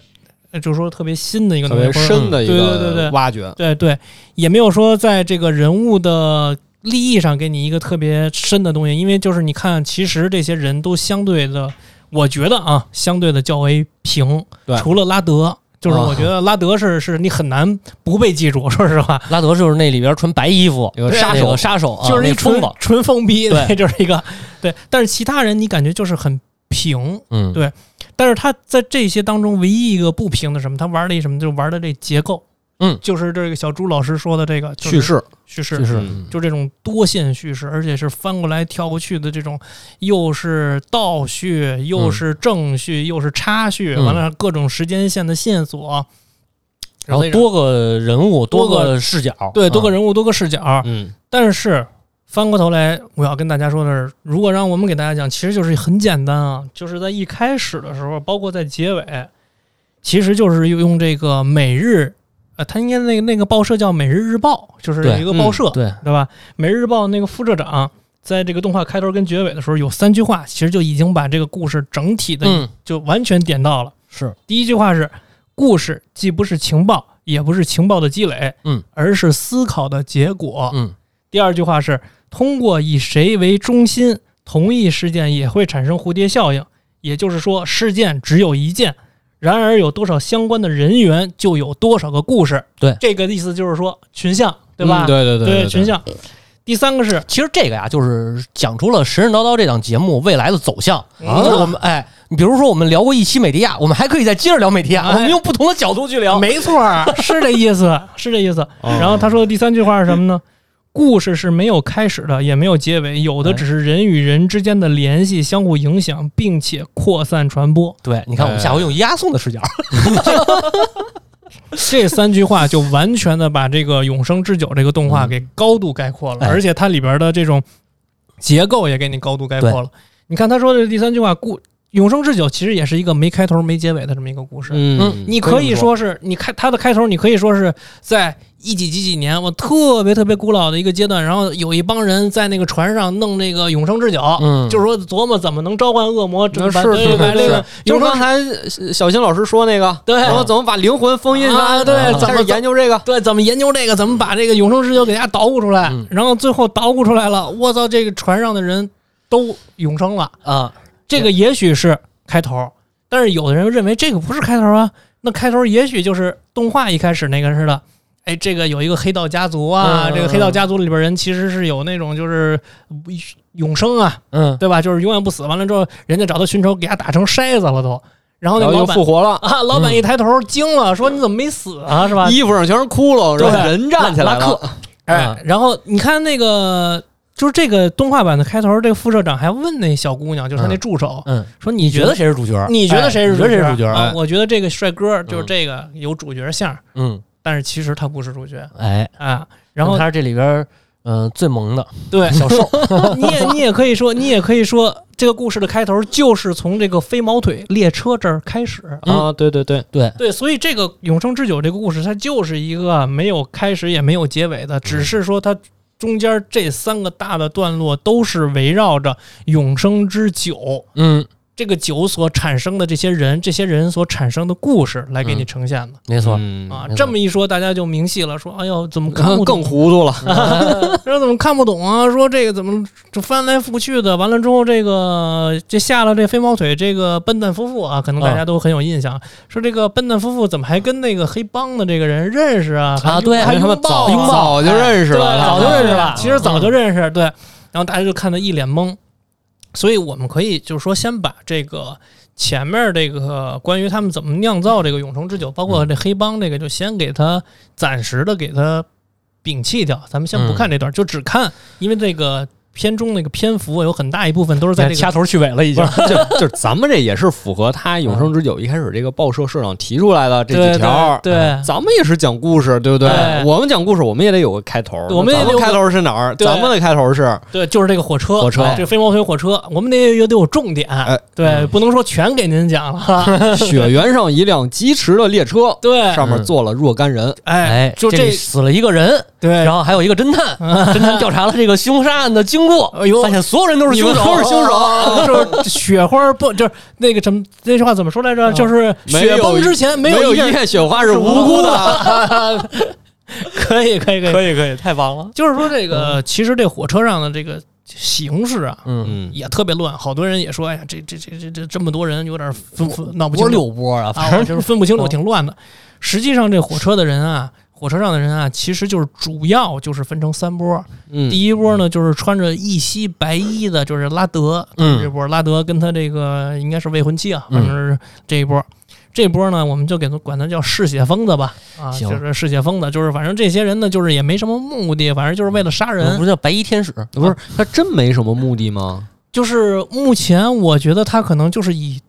Speaker 2: 呃就是说特别新的一个
Speaker 1: 特
Speaker 2: 东西，
Speaker 1: 别
Speaker 2: 或者
Speaker 1: 深的一
Speaker 2: 对对对
Speaker 1: 个
Speaker 2: 对
Speaker 1: 挖掘，
Speaker 2: 对对，也没有说在这个人物的立意上给你一个特别深的东西，因为就是你看，其实这些人都相对的，我觉得啊，相对的较为平
Speaker 1: 对，
Speaker 2: 除了拉德。就是
Speaker 1: 啊
Speaker 2: 我觉得拉德是是你很难不被记住，说实话，
Speaker 3: 拉德就是那里边穿白衣服，
Speaker 1: 有个杀
Speaker 3: 那
Speaker 1: 手
Speaker 3: 个杀手啊，
Speaker 2: 就是
Speaker 3: 那
Speaker 2: 一
Speaker 3: 疯
Speaker 2: 纯
Speaker 3: 子。
Speaker 2: 纯疯逼，
Speaker 3: 对
Speaker 2: 对，就是一个对。但是其他人你感觉就是很平，
Speaker 3: 嗯，
Speaker 2: 对但是他在这些当中唯一一个不平的是什么，他玩了一什么，就玩的这结构，
Speaker 3: 嗯
Speaker 2: 就是这个小朱老师说的这个就是
Speaker 1: 叙事
Speaker 2: 叙事
Speaker 3: 就是
Speaker 1: 嗯
Speaker 2: 就这种多线叙事，而且是翻过来跳过去的这种，又是倒叙，又是正叙，又是插叙，
Speaker 3: 嗯
Speaker 2: 完了各种时间线的线索，
Speaker 3: 然后
Speaker 2: 那种
Speaker 3: 多嗯个人物，
Speaker 2: 多个
Speaker 3: 个视角，啊
Speaker 2: 对多个
Speaker 3: 人
Speaker 2: 人物多个视角。
Speaker 1: 嗯，
Speaker 2: 但是翻过头来，我要跟大家说的是，如果让我们给大家讲，其实就是很简单啊，就是在一开始的时候，包括在结尾，其实就是用这个每日。呃，它应该那个那个报社叫《每日日报》，就是
Speaker 3: 对
Speaker 2: 一个报
Speaker 1: 嗯
Speaker 2: 社，
Speaker 3: 对，
Speaker 2: 对吧？《每日日报》那个副社长在这个动画开头跟结尾的时候有三句话，其实就已经把这个故事整体的
Speaker 3: 嗯，啊
Speaker 2: 就完全点到了。
Speaker 3: 是
Speaker 2: 第一句话是：故事既不是情报，也不是情报的积累，
Speaker 3: 嗯，
Speaker 2: 而是思考的结果。
Speaker 3: 嗯
Speaker 2: 第二句话是：通过以谁为中心同一事件也会产生蝴蝶效应，也就是说，事件只有一件，然而有多少相关的人员，就有多少个故事。
Speaker 3: 对
Speaker 2: 这个意思就是说群像，对吧？
Speaker 1: 嗯对对对
Speaker 2: 群像。第三个是啊
Speaker 3: 其实这个呀，就是讲出了《神神叨叨》这档节目未来的走向。
Speaker 2: 啊
Speaker 3: 就是我们哎，你比如说我们聊过一期美迪亚，我们还可以再接着聊美迪亚，
Speaker 2: 哎
Speaker 3: 我们用不同的角度去聊。
Speaker 2: 没错儿，是这意思，是这意思。
Speaker 1: 哦
Speaker 2: 然后他说的第三句话是什么 呢？故事是没有开始的，也没有结尾，有的只是人与人之间的联系相互影响，并且扩散传 播。
Speaker 3: 对，你看我们下回用押送的视角，
Speaker 2: 这三句话就完全的把这个《永生之久》这个动
Speaker 1: 嗯
Speaker 2: 画给高度概括了，
Speaker 3: 哎
Speaker 2: 而且它里边的这种结构也给你高度概括了。你看他说的第三句话，故《永生之久》其实也是一个没开头没结尾的这么一个故事。
Speaker 1: 嗯，
Speaker 2: 你可以说是你开它的开头，你可以说是在一几几几年，我特别特别古老的一个阶段，然后有一帮人在那个船上弄那个永生之酒，
Speaker 3: 嗯
Speaker 2: 就是说琢磨怎么能召唤恶魔，这
Speaker 1: 那是
Speaker 2: 把
Speaker 1: 是
Speaker 2: 对把
Speaker 1: 是
Speaker 2: 这
Speaker 1: 是
Speaker 2: 个，
Speaker 1: 就
Speaker 2: 永
Speaker 1: 刚
Speaker 2: 生
Speaker 1: 才小新老师说那个，
Speaker 2: 对
Speaker 1: 然后怎么把灵魂封印
Speaker 2: 啊
Speaker 1: 上？
Speaker 2: 对
Speaker 1: 嗯
Speaker 2: 怎
Speaker 1: 在
Speaker 2: 么
Speaker 1: 这研究这个？
Speaker 2: 对怎么研究这个，怎么把这个永生之酒给大家捣鼓出来，
Speaker 3: 嗯
Speaker 2: 然后最后捣鼓出来了，我操，这个船上的人都永生了，
Speaker 3: 啊，
Speaker 2: 这个也许是开头，但是有的人认为这个不是开头啊。那开头也许就是动画一开始那个似的，哎，这个有一个黑道家族啊，
Speaker 3: 嗯嗯
Speaker 2: 这个黑道家族里边人其实是有那种就是永生啊，
Speaker 3: 嗯，
Speaker 2: 对吧？就是永远不死。完了之后，人家找他寻仇，给他打成筛子了都。然后那个
Speaker 1: 然后
Speaker 2: 老
Speaker 1: 又
Speaker 2: 板
Speaker 1: 复活了，
Speaker 2: 啊，老板一抬头惊了，说你怎么没死啊？是吧？
Speaker 1: 衣服上全是窟窿，然后
Speaker 2: 对
Speaker 1: 人站起
Speaker 3: 拉
Speaker 1: 来了
Speaker 3: 克。啊
Speaker 2: 哎，然后你看那个。就是这个动画版的开头，这个副社长还问那小姑娘，就是他那助手，
Speaker 3: 嗯，
Speaker 2: 说
Speaker 3: 你
Speaker 2: 你
Speaker 3: 觉得谁是主角？
Speaker 2: 你觉得谁是
Speaker 3: 哎嗯
Speaker 2: 主
Speaker 3: 你
Speaker 2: 角？
Speaker 3: 觉得谁是主角？
Speaker 2: 啊
Speaker 1: 哎
Speaker 2: 我觉得这个帅哥就是这个有主角相儿，
Speaker 3: 嗯，
Speaker 2: 但是其实他不是主角
Speaker 3: 哎，
Speaker 2: 啊。然后
Speaker 3: 他是这里边嗯最萌的
Speaker 2: 对，
Speaker 3: 小兽，
Speaker 2: 你也你也可以说，你也可以说，这个故事的开头就是从这个飞毛腿列车这儿开始。
Speaker 3: 嗯
Speaker 1: 啊，对对对，
Speaker 3: 对，
Speaker 2: 对，所以这个《永生之久》这个故事，它就是一个没有开始也没有结尾的，只
Speaker 3: 嗯
Speaker 2: 是说它中间这三个大的段落都是围绕着永生之久
Speaker 3: 嗯，
Speaker 2: 这个酒所产生的这些人，这些人所产生的故事来给你
Speaker 3: 嗯
Speaker 2: 呈现的。
Speaker 3: 没错，
Speaker 1: 嗯
Speaker 2: 啊
Speaker 3: 没，错
Speaker 2: 这么一说，大家就明细了，说哎呦，怎么 看
Speaker 1: 更
Speaker 2: 不
Speaker 1: 更
Speaker 2: 懂？
Speaker 1: 糊涂了。
Speaker 2: 说怎么看不懂啊？说这个怎么这翻来覆去的？完了之后，这个这下了这飞毛腿这个笨蛋夫妇啊，可能大家都很有印象。说这个笨蛋夫妇怎么还跟那个黑帮的这个人认识啊？
Speaker 3: 啊对
Speaker 2: 还
Speaker 1: 哎他
Speaker 2: 拥
Speaker 1: 们
Speaker 2: 抱
Speaker 1: 早
Speaker 2: 啊
Speaker 3: 拥抱
Speaker 1: 早就认识
Speaker 2: 对
Speaker 1: 了，他
Speaker 2: 早
Speaker 1: 们
Speaker 2: 就认识了
Speaker 3: 嗯，
Speaker 2: 其实早就认识，对。然后大家就看他一脸懵，所以我们可以就是说，先把这个前面这个关于他们怎么酿造这个永城之酒，包
Speaker 1: 嗯
Speaker 2: 括这黑帮这个，就先给他暂时的给他摒弃掉，咱们先不
Speaker 1: 嗯
Speaker 2: 看这段，就只看，因为这个片中那个篇幅有很大一部分都是在这个。
Speaker 3: 头去尾了已
Speaker 1: 不是，就就是咱们这也是符合他《永生之酒》一开始这个报社社长提出来的这
Speaker 2: 对
Speaker 1: 几条。嗯
Speaker 2: 对对
Speaker 1: 咱们也是讲故事，对不对
Speaker 2: 对？
Speaker 1: 我们讲故事，我们也得有个开头。
Speaker 2: 我们也
Speaker 1: 咱
Speaker 2: 得有
Speaker 1: 们
Speaker 2: 个
Speaker 1: 开头是哪儿？
Speaker 2: 对
Speaker 1: 咱们的开 头是
Speaker 2: 对，就是这个火车，
Speaker 1: 火车
Speaker 2: 哎这个飞毛腿火车，我们得也得有重点，
Speaker 1: 哎
Speaker 2: 对，不能说全给您讲了，
Speaker 1: 雪原上一辆疾驰的列车，
Speaker 2: 对，
Speaker 1: 上面坐了若干人。
Speaker 2: 哎
Speaker 3: 哎，，
Speaker 2: 就
Speaker 3: 这里哎死了一个人，
Speaker 2: 对，
Speaker 3: 然后还有一个侦 探，侦探调查了这个凶杀案的经过，
Speaker 2: 哎呦
Speaker 3: 发现所有人都是
Speaker 2: 你
Speaker 3: 凶
Speaker 2: 们
Speaker 3: 手，
Speaker 2: 都是凶啊
Speaker 1: 啊
Speaker 2: 手，就是雪花不就是那个什么那句话怎么说来着？就是雪崩之前没
Speaker 1: 没
Speaker 2: 有
Speaker 1: 有
Speaker 2: 一片
Speaker 1: 片雪花是无辜的。啊
Speaker 2: 的。可以可以可以，
Speaker 3: 以可以，太棒了，
Speaker 2: 就是说这个其实这火车上的这个形式啊。
Speaker 3: 嗯，
Speaker 1: 嗯，
Speaker 2: 也特别乱，好多人也说，哎呀，这这这这这这么多人，有点分分闹不清
Speaker 3: 波
Speaker 2: 楚
Speaker 3: 六波啊，反
Speaker 2: 啊，
Speaker 3: 正
Speaker 2: 就是分不清楚，
Speaker 3: 哦
Speaker 2: 挺乱的。实际上，这火车的人啊，火车上的人啊，其实就是主要就是分成三波，
Speaker 1: 嗯
Speaker 2: 第一波呢，就是穿着一袭白衣的，就是拉德，
Speaker 3: 嗯
Speaker 2: 这波拉德跟他这个应该是未婚妻啊，
Speaker 3: 嗯
Speaker 2: 反正是这一波。这波呢，我们就给他管他叫嗜血疯子吧，啊，
Speaker 3: 行
Speaker 2: 就是嗜血疯子，就是反正这些人呢，就是也没什么目的，反正就是为了杀人。
Speaker 3: 不嗯是叫白衣天使，啊
Speaker 1: 不是，他真没什么目的吗？
Speaker 2: 就是目前我觉得他可能就是以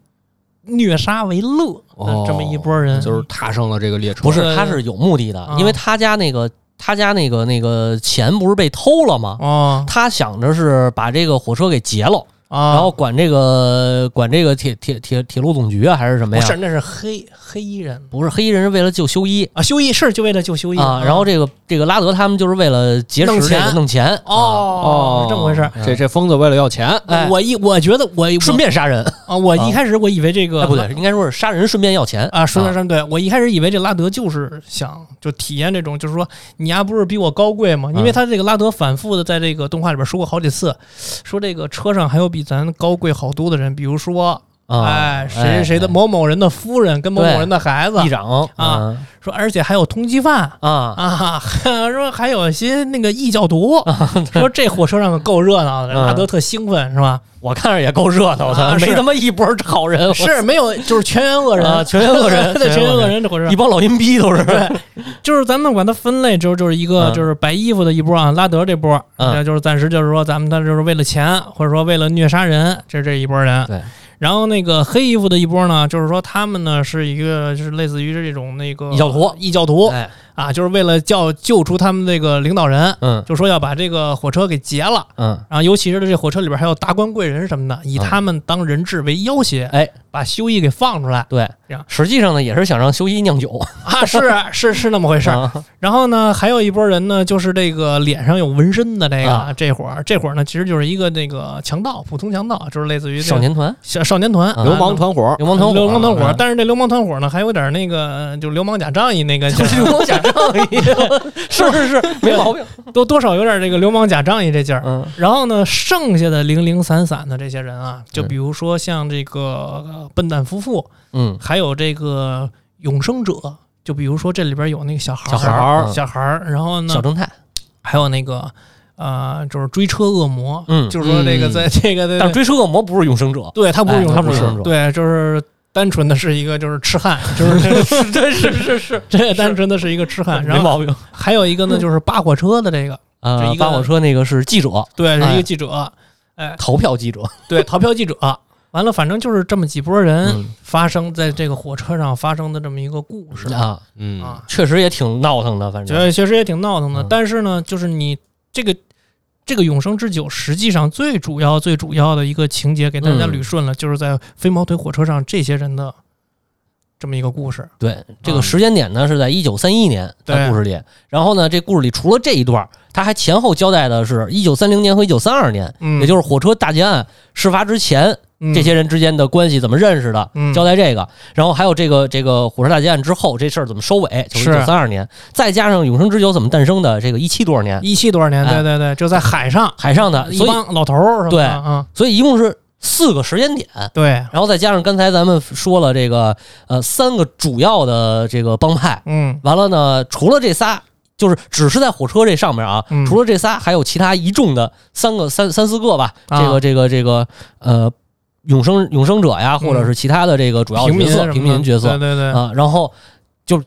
Speaker 2: 虐杀为乐
Speaker 1: 哦
Speaker 2: 的这么一波人，
Speaker 1: 就是踏上了这个列车。
Speaker 3: 不是
Speaker 2: 对，
Speaker 3: 他是有目的的
Speaker 2: 啊，
Speaker 3: 因为他家那个他家那个那个钱不是被偷了吗？
Speaker 2: 哦
Speaker 3: 他想着是把这个火车给劫了，
Speaker 2: 哦，啊，
Speaker 3: 然后管这个管这个铁铁铁铁路总局啊，还是什么
Speaker 2: 不
Speaker 3: 呀？
Speaker 2: 哦是，那是黑黑衣人
Speaker 3: 不是黑衣人是为了救修一
Speaker 2: 啊，修一是就为了救修一
Speaker 3: 啊，然后这个这个拉德他们就是为了劫持
Speaker 2: 弄
Speaker 3: 这
Speaker 2: 钱
Speaker 3: 个弄钱啊
Speaker 2: 哦，是这么回事儿。啊
Speaker 1: 这这疯子为了要钱，
Speaker 3: 哎
Speaker 2: 我一我觉得我
Speaker 3: 顺便杀人，
Speaker 2: 我啊，我
Speaker 3: 啊
Speaker 2: 一开始我以为这个
Speaker 3: 哎，不对，应该说是杀人顺便要钱
Speaker 2: 啊，说的是对，我一开始以为这拉德就是想就体验这种，就是说你丫不是比我高贵吗？因
Speaker 3: 嗯
Speaker 2: 为他这个拉德反复的在这个动画里边说过好几次，说这个车上还有比咱高贵好多的人，比如说
Speaker 3: 啊，
Speaker 2: 哎谁谁谁的
Speaker 3: 哎
Speaker 2: 某某人的夫人跟某某人的孩子
Speaker 3: 议，长
Speaker 2: 啊说而且还有通缉犯。
Speaker 3: 啊，
Speaker 2: 啊，说还有一些那个异教徒，说这火车上够热闹的，
Speaker 3: 啊嗯
Speaker 2: 拉德特兴奋是吧？
Speaker 3: 我看着也够热闹的，
Speaker 2: 啊是
Speaker 3: 没他妈一波好人，我
Speaker 2: 是没有，就是全员恶人
Speaker 3: 啊全员恶人
Speaker 2: 对，
Speaker 3: 全
Speaker 2: 全
Speaker 3: 员
Speaker 2: 员恶
Speaker 3: 恶人
Speaker 2: 人这火车
Speaker 3: 一帮老阴逼都是
Speaker 2: 对，就是咱们管它分类，就是就是一个
Speaker 3: 嗯
Speaker 2: 就是白衣服的一波啊，拉德这波，
Speaker 3: 嗯
Speaker 2: 那就是暂时就是说咱们他就是为了钱，或者说为了虐杀人，这是这一波人。
Speaker 3: 对，
Speaker 2: 然后那个黑衣服的一波呢，就是说他们呢是一个就是类似于这种那个
Speaker 3: 异教徒
Speaker 2: 异教徒
Speaker 3: 哎，
Speaker 2: 啊，就是为了叫救出他们这个领导人，
Speaker 3: 嗯
Speaker 2: 就说要把这个火车给劫了。
Speaker 3: 嗯，
Speaker 2: 然后，尤其是这火车里边还有达官贵人什么的，以他们当人质为要挟，
Speaker 3: 哎，
Speaker 2: 把修一给放出来
Speaker 3: 对
Speaker 2: 这样，
Speaker 3: 实际上呢也是想让修一酿酒，
Speaker 2: 啊！是是是那么回事儿。
Speaker 3: 啊
Speaker 2: 然后呢，还有一波人呢，就是这个脸上有纹身的这个、
Speaker 3: 啊
Speaker 2: 这伙儿，这伙儿呢，其实就是一个那个强盗，普通强盗，就是类似于这
Speaker 3: 少年团、
Speaker 2: 小少年团、
Speaker 3: 啊
Speaker 1: 流氓团伙，
Speaker 3: 流氓团伙、
Speaker 2: 流氓团伙儿。
Speaker 3: 嗯
Speaker 2: 但是这流氓团伙呢，还有点那个，就流氓假仗义那个，
Speaker 3: 就是流氓假仗义， 是是 是，没毛病。
Speaker 2: 多多少有点这个流氓假仗义这劲儿。
Speaker 3: 嗯
Speaker 2: 然后呢，剩下的零零散散的这些人啊，就比如说像这个呃笨蛋夫妇，
Speaker 3: 嗯，
Speaker 2: 还有这个永生者，就比如说这里边有那个小孩
Speaker 3: 小
Speaker 2: 儿
Speaker 3: 孩
Speaker 1: 儿
Speaker 2: 小孩儿，然后呢，
Speaker 3: 小正太，
Speaker 2: 还有那个呃，就是追车恶魔，
Speaker 3: 嗯
Speaker 2: 就是说这个
Speaker 1: 嗯
Speaker 2: 在这个
Speaker 3: 但
Speaker 2: 对
Speaker 3: 是追车恶魔不是永生者，
Speaker 2: 对他不
Speaker 3: 哎
Speaker 2: 是永
Speaker 3: 他不是
Speaker 2: 生
Speaker 3: 勇者
Speaker 2: 对，就是单纯的是一个就是痴 汉，就是这
Speaker 3: 对是是是，
Speaker 2: 这单纯的是一个痴汉，
Speaker 3: 没
Speaker 2: 然后
Speaker 3: 毛病。
Speaker 2: 还有一个呢就是扒火车的这个，
Speaker 3: 啊
Speaker 2: 这一，个
Speaker 3: 扒火车那个是记者，
Speaker 2: 对，是一
Speaker 3: 哎
Speaker 2: 个记者，哎，
Speaker 3: 投票记者，
Speaker 2: 对，逃票记者。完了，反正就是这么几波人
Speaker 3: 嗯
Speaker 2: 发生在这个火车上发生的这么一个故事
Speaker 3: 啊，
Speaker 1: 嗯
Speaker 2: 啊，
Speaker 3: 确实也挺闹腾的，反
Speaker 2: 觉
Speaker 3: 正
Speaker 2: 得确实也挺闹腾的。
Speaker 3: 嗯
Speaker 2: 但是呢，就是你这个这个永生之酒，实际上最主要、最主要的一个情节给大家
Speaker 3: 嗯
Speaker 2: 捋顺了，就是在飞毛腿火车上这些人的这么一个故事。
Speaker 3: 对这个时间点呢是在一九三一年，
Speaker 2: 嗯
Speaker 3: 在
Speaker 2: 对
Speaker 3: 故事里。然后呢，这故事里除了这一段，他还前后交代的是一九三零年和一九三二年，
Speaker 2: 嗯，
Speaker 3: 也就是火车大劫案事发之前，这些人之间的关系怎么认识的，
Speaker 2: 嗯
Speaker 3: 交代这个。然后还有这个这个火车大劫案之后这事儿怎么收尾，就是
Speaker 2: 是
Speaker 3: 一九三二年，再加上永生之酒怎么诞生的，这个一七多少年
Speaker 2: 一七多少年？
Speaker 3: 哎
Speaker 2: 对对对，就在海上，
Speaker 3: 海上的，
Speaker 2: 一
Speaker 3: 所以
Speaker 2: 帮老头儿什么
Speaker 3: 对哎
Speaker 2: 的啊，
Speaker 3: 所以一共是四个时间点。
Speaker 2: 对，
Speaker 3: 然后再加上刚才咱们说了这个呃三个主要的这个帮派，
Speaker 2: 嗯
Speaker 3: 完了呢，除了这仨，就是只是在火车这上面啊，
Speaker 2: 嗯
Speaker 3: 除了这仨，还有其他一众的三个三三四个吧，
Speaker 2: 啊
Speaker 3: 这个这个这个呃永生永生者呀，或者是其他的这个主要
Speaker 2: 平民啊
Speaker 3: 角色
Speaker 2: 什么
Speaker 3: 平
Speaker 2: 的
Speaker 3: 民角色
Speaker 2: 对对对，
Speaker 3: 啊，然后就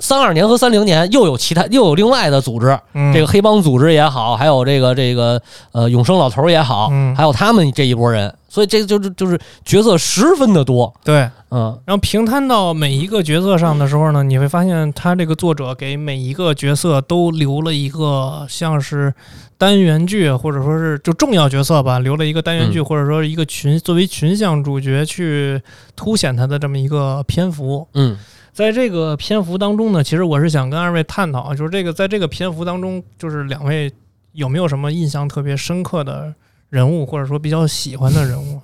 Speaker 3: 三二年和三零年又有其他又有另外的组织，
Speaker 2: 嗯
Speaker 3: 这个黑帮组织也好，还有这个这个呃永生老头儿也好，
Speaker 2: 嗯
Speaker 3: 还有他们这一波人，所以这个就是就是角色十分的多，
Speaker 2: 对。
Speaker 3: 嗯
Speaker 2: 然后平摊到每一个角色上的时候呢，你会发现他这个作者给每一个角色都留了一个像是单元剧，或者说是就重要角色吧，留了一个单元剧，
Speaker 3: 嗯
Speaker 2: 或者说一个群作为群像主角去凸显他的这么一个篇幅。
Speaker 3: 嗯
Speaker 2: 在这个篇幅当中呢，其实我是想跟二位探讨，就是这个在这个篇幅当中，就是两位有没有什么印象特别深刻的人物，或者说比较喜欢的人物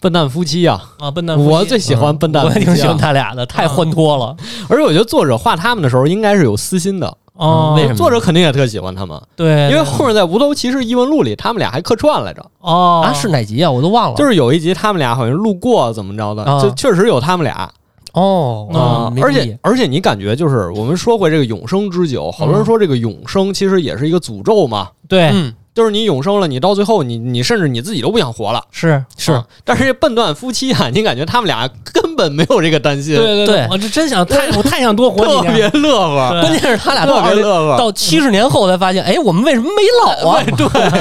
Speaker 1: 笨蛋夫妻啊，
Speaker 2: 啊？笨蛋夫妻，
Speaker 1: 我最喜欢笨蛋
Speaker 3: 我
Speaker 1: 夫
Speaker 3: 也
Speaker 1: 妻啊，
Speaker 3: 挺喜欢他俩的，太欢脱了。
Speaker 1: 而且我觉得作者画他们的时候应该是有私心的，
Speaker 2: 哦，
Speaker 3: 为什么
Speaker 1: 作者肯定也特喜欢他们，
Speaker 2: 对，
Speaker 1: 因为
Speaker 2: 对
Speaker 1: 后面在《无头骑士异闻录》里，他们俩还客串来着，
Speaker 2: 哦
Speaker 3: 啊，是哪集啊？我都忘了。
Speaker 1: 就是有一集他们俩好像路过怎么着的
Speaker 3: 啊，
Speaker 1: 就确实有他们
Speaker 2: 啊
Speaker 1: 俩
Speaker 3: 哦
Speaker 1: 啊
Speaker 2: 嗯
Speaker 3: 没注
Speaker 1: 而
Speaker 3: 意
Speaker 1: 且而且你感觉就是我们说回这个永生之酒，好多
Speaker 2: 嗯
Speaker 1: 人说这个永生其实也是一个诅咒嘛，
Speaker 2: 对，
Speaker 3: 嗯
Speaker 1: 就是你永生了，你到最后你你甚至你自己都不想活了。
Speaker 2: 是
Speaker 1: 啊，但是这笨蛋夫妻啊， 你感觉他们俩根本没有这个担心，
Speaker 2: 对
Speaker 3: 对
Speaker 2: 我这真想 太，我太想多活
Speaker 1: 特
Speaker 2: 几年。
Speaker 1: 别乐呵，
Speaker 2: 对
Speaker 3: 关键是他俩到
Speaker 1: 特
Speaker 3: 二
Speaker 1: 别
Speaker 3: 十
Speaker 1: 乐呵。
Speaker 3: 到七十年后才发现，哎，我们为什么没老啊？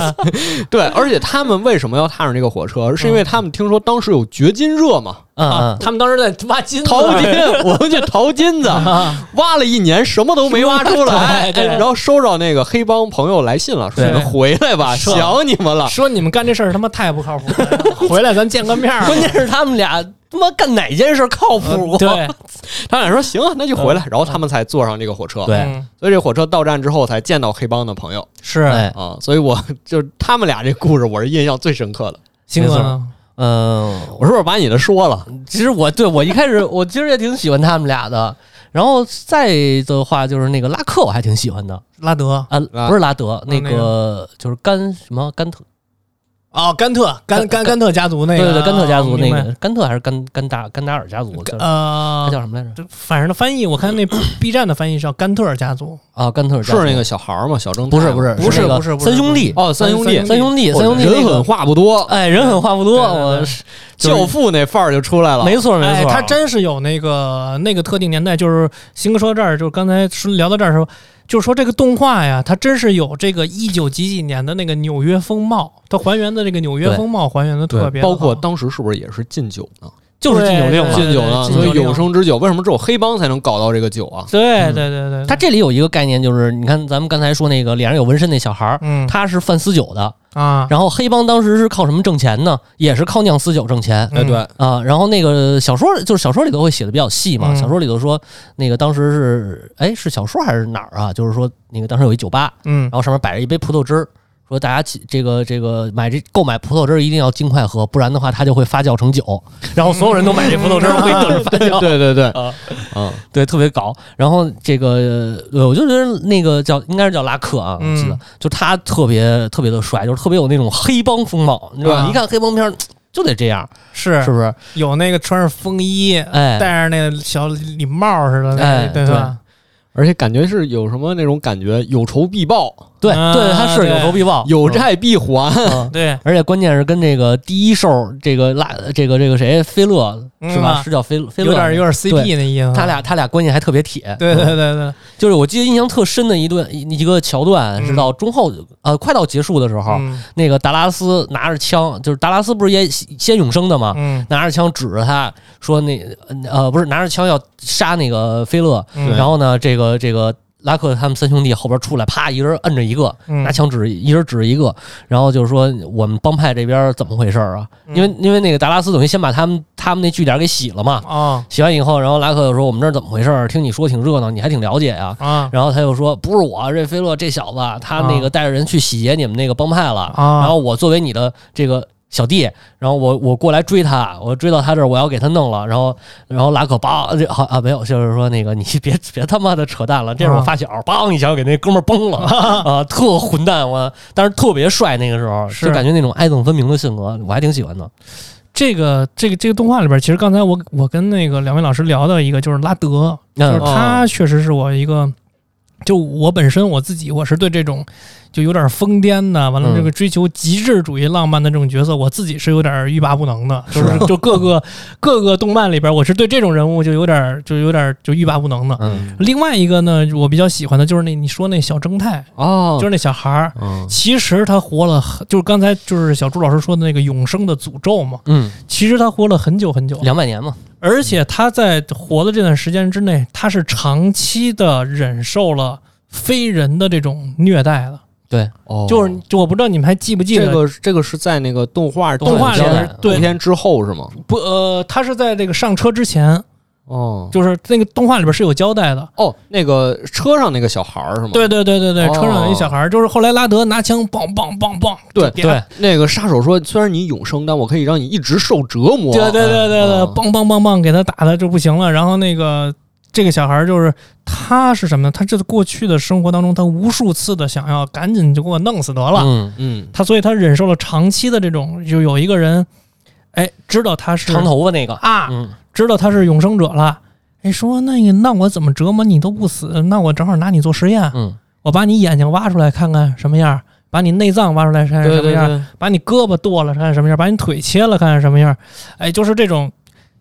Speaker 1: 对，而且他们为什么要踏上这个火车，是因为他们听说当时有掘金热嘛，
Speaker 3: 嗯
Speaker 4: 啊
Speaker 3: 嗯，
Speaker 4: 他们当时在挖金子，
Speaker 1: 淘金，我们去淘金子，
Speaker 2: 啊
Speaker 1: 挖了一年，什么都没挖出来。
Speaker 4: 对对
Speaker 1: 哎然后收到那个黑帮朋友来信了，说
Speaker 2: 对
Speaker 1: 你们回来吧，
Speaker 2: 是嗯
Speaker 1: 想你们
Speaker 3: 啊
Speaker 1: 了。
Speaker 2: 说你们干这事儿他妈太不靠谱了， 回来咱见个面儿。
Speaker 3: 关键是他们俩他妈干哪件事靠谱？
Speaker 2: 对
Speaker 1: 他俩说行啊，那就回来。然后他们才坐上这个火车。
Speaker 3: 对
Speaker 2: 嗯
Speaker 1: 所以这火车到站之后才见到黑帮的朋友
Speaker 2: 是
Speaker 3: 哎，
Speaker 1: 啊。所以我 就是他们俩这故事，我是印象最深刻的。
Speaker 2: 星
Speaker 3: 没
Speaker 2: 哥
Speaker 3: 错
Speaker 2: 呢
Speaker 3: 嗯，
Speaker 1: 我是不是把你的说了？
Speaker 3: 其实我对我一开始我其实也挺喜欢他们俩的，然后再的话就是那个拉克我还挺喜欢的
Speaker 2: 拉德
Speaker 3: 啊，
Speaker 1: 拉
Speaker 3: 不是拉德，
Speaker 2: 那个
Speaker 3: 个就是甘什么甘特，
Speaker 2: 哦，甘特甘甘甘特家族那
Speaker 3: 对
Speaker 2: 个哦
Speaker 3: 对对，甘特家族那，
Speaker 2: 明白
Speaker 3: 个甘特还是甘甘达甘达尔家族，就是他
Speaker 2: 呃，
Speaker 3: 叫什么来着？
Speaker 2: 这反正翻译我看那 B 站的翻译叫甘特尔家族，
Speaker 3: 啊，甘特尔家
Speaker 1: 是
Speaker 3: 族
Speaker 1: 那个小孩儿吗？小正太
Speaker 3: 不是
Speaker 1: 吗
Speaker 3: 不是
Speaker 2: 不是
Speaker 3: 那个
Speaker 2: 不是不是
Speaker 3: 三兄弟
Speaker 1: 哦，三兄弟
Speaker 2: 三，
Speaker 3: 三兄弟
Speaker 1: 我
Speaker 3: 三兄弟那
Speaker 1: 人
Speaker 3: 个
Speaker 1: 狠话不多，
Speaker 3: 哎人狠话不多，
Speaker 2: 对对对
Speaker 3: 我
Speaker 2: 对
Speaker 3: 是
Speaker 1: 教父那范儿就出来了。
Speaker 3: 没错没
Speaker 2: 哎，
Speaker 3: 错，
Speaker 2: 他真是有那个那个特定年代，就是星哥说到这儿，就是刚才说聊到这儿的时候，就是说这个动画呀，它真是有这个一九几几年的那个纽约风貌，它还原的这个纽约
Speaker 3: 对
Speaker 2: 风貌还原的特别好，
Speaker 1: 包括当时是不是也是禁酒呢？
Speaker 3: 就是禁酒令
Speaker 2: 对
Speaker 3: 嘛
Speaker 2: 对。
Speaker 1: 禁酒呢，
Speaker 2: 禁
Speaker 1: 所以
Speaker 2: 酒令
Speaker 1: 有生之酒，为什么只有黑帮才能搞到这个酒啊？
Speaker 2: 对对对对，
Speaker 3: 嗯他这里有一个概念，就是你看咱们刚才说那个脸上有纹身那小孩儿，
Speaker 2: 嗯
Speaker 3: 他是贩私酒的，
Speaker 2: 啊，
Speaker 3: 然后黑帮当时是靠什么挣钱呢？也是靠酿私酒挣钱
Speaker 2: 嗯，
Speaker 1: 哎
Speaker 3: 啊。然后那个小说就是小说里头会写的比较细嘛，
Speaker 2: 嗯
Speaker 3: 小说里头说那个当时是哎是小说还是哪儿啊？就是说那个当时有一酒吧，
Speaker 2: 嗯
Speaker 3: 然后上面摆着一杯葡萄汁儿。说大家起这个这个买这购买葡萄汁儿一定要尽快喝，不然的话它就会发酵成酒，然后所有人都买这葡萄汁儿会等着发酵。
Speaker 1: 对对对，
Speaker 3: 啊
Speaker 1: 嗯，
Speaker 3: 对，特别搞。然后这个，呃，我就觉得那个叫应该是叫拉克啊，
Speaker 2: 嗯
Speaker 3: 我记得，就他特别特别的帅，就是特别有那种黑帮风貌，你知道吧？
Speaker 2: 啊
Speaker 3: 一看黑帮片儿就得这样，
Speaker 2: 是
Speaker 3: 是不是？
Speaker 2: 有那个穿着风衣，
Speaker 3: 哎，
Speaker 2: 戴着那个小礼帽似的，那
Speaker 3: 哎
Speaker 2: 个对吧？
Speaker 1: 而且感觉是有什么那种感觉，有仇必报，
Speaker 3: 对
Speaker 2: 啊
Speaker 3: 对，他是
Speaker 2: 对
Speaker 3: 有仇必报，
Speaker 1: 有债必还。
Speaker 3: 嗯。嗯
Speaker 2: 对，
Speaker 3: 而且关键是跟这个第一兽，这个拉，这个这个谁，菲勒
Speaker 2: 嗯
Speaker 3: 是吧？
Speaker 2: 啊
Speaker 3: 是叫菲菲勒
Speaker 2: 有点有点 CP 那意思，
Speaker 3: 他俩他俩关系还特别铁，
Speaker 2: 对对
Speaker 3: 嗯
Speaker 2: 对对，
Speaker 3: 就是我记得印象特深的一段一一个桥段，是
Speaker 2: 嗯
Speaker 3: 到中后呃快到结束的时候，
Speaker 2: 嗯
Speaker 3: 那个达拉斯拿着枪，就是达拉斯不是也先永生的吗？
Speaker 2: 嗯
Speaker 3: 拿着枪指着他说那：“呃，不是拿着枪要杀那个菲勒。
Speaker 2: 嗯
Speaker 3: 然后呢，这个这个拉克他们三兄弟后边出来，啪，一人摁着一个，
Speaker 2: 嗯
Speaker 3: 拿枪指一人指着一个，然后就是说我们帮派这边怎么回事啊？
Speaker 2: 嗯
Speaker 3: 因为因为那个达拉斯等于先把他们他们那据点给洗了嘛，
Speaker 2: 啊
Speaker 3: 洗完以后，然后拉克就说我们这儿怎么回事儿？听你说挺热闹，你还挺了解呀、
Speaker 2: 啊
Speaker 3: 然后他又说：“不是我，这菲勒这小子，啊他那个带着人去洗劫你们那个帮派了。
Speaker 2: 啊
Speaker 3: 然后我作为你的这个小弟，然后我我过来追他，我追到他这儿，我要给他弄了。然后然后拉可梆，这好啊没有，就是说那个你别 别他妈的扯淡了，这是我
Speaker 2: 啊
Speaker 3: 发小，梆一枪给那哥们儿 崩了啊，特混蛋我，但是特别帅那个时候，
Speaker 2: 是
Speaker 3: 就感觉那种爱憎分明的性格，我还挺喜欢的。
Speaker 2: 这个这个这个动画里边，其实刚才我我跟那个两位老师聊到一个，就是拉德，就是
Speaker 3: 嗯
Speaker 2: 他确实是我一个，就我本身我自己我是对这种就有点疯癫的，完了
Speaker 3: 嗯
Speaker 2: 这个追求极致主义浪漫的这种角色，我自己是有点欲罢不能的，就是是就各个各个动漫里边，我是对这种人物就有点就有点就欲罢不能的。
Speaker 3: 嗯
Speaker 2: 另外一个呢，我比较喜欢的就是那你说那小正太，
Speaker 1: 哦
Speaker 2: 就是那小孩儿，
Speaker 1: 嗯，
Speaker 2: 其实他活了很，就是刚才就是小朱老师说的那个永生的诅咒嘛。
Speaker 3: 嗯，
Speaker 2: 其实他活了很久很久，
Speaker 3: 两百年嘛，
Speaker 2: 而且他在活的这段时间之内，他是长期的忍受了非人的这种虐待的。
Speaker 1: 哦
Speaker 2: 就是，就我不知道你们还记不记得
Speaker 1: 这个这个是在那个动画
Speaker 2: 动画里
Speaker 3: 动
Speaker 2: 边
Speaker 3: 画片，
Speaker 1: 影
Speaker 2: 对
Speaker 1: 片之后是吗？
Speaker 2: 不呃，他是在这个上车之前，
Speaker 1: 哦
Speaker 2: 就是那个动画里边是有交代的。
Speaker 1: 哦，那个车上那个小孩儿是吗？
Speaker 2: 对对对对对，
Speaker 1: 哦
Speaker 2: 车上有一小孩儿，就是后来拉德拿枪梆梆梆梆，
Speaker 1: 对
Speaker 2: 就给他
Speaker 3: 对，
Speaker 1: 那个杀手说，虽然你永生，但我可以让你一直受折磨。
Speaker 2: 对对对对对
Speaker 1: 嗯，
Speaker 2: 梆梆梆梆给他打的就不行了。然后那个这个小孩儿就是他是什么呢？他这过去的生活当中，他无数次的想要赶紧就给我弄死得了。
Speaker 3: 嗯，
Speaker 1: 嗯，
Speaker 2: 他所以他忍受了长期的这种，就有一个人，哎，知道他是
Speaker 3: 长头发那个，
Speaker 2: 啊，
Speaker 3: 嗯，
Speaker 2: 知道他是永生者了。哎，说那个那我怎么折磨你都不死？那我正好拿你做实验，
Speaker 3: 嗯
Speaker 2: 我把你眼睛挖出来看看什么样儿，把你内脏挖出来看看什么样
Speaker 1: 对
Speaker 2: 儿。
Speaker 1: 对对，
Speaker 2: 把你胳膊剁了看看什么样，把你腿切了看看什么样，哎，就是这种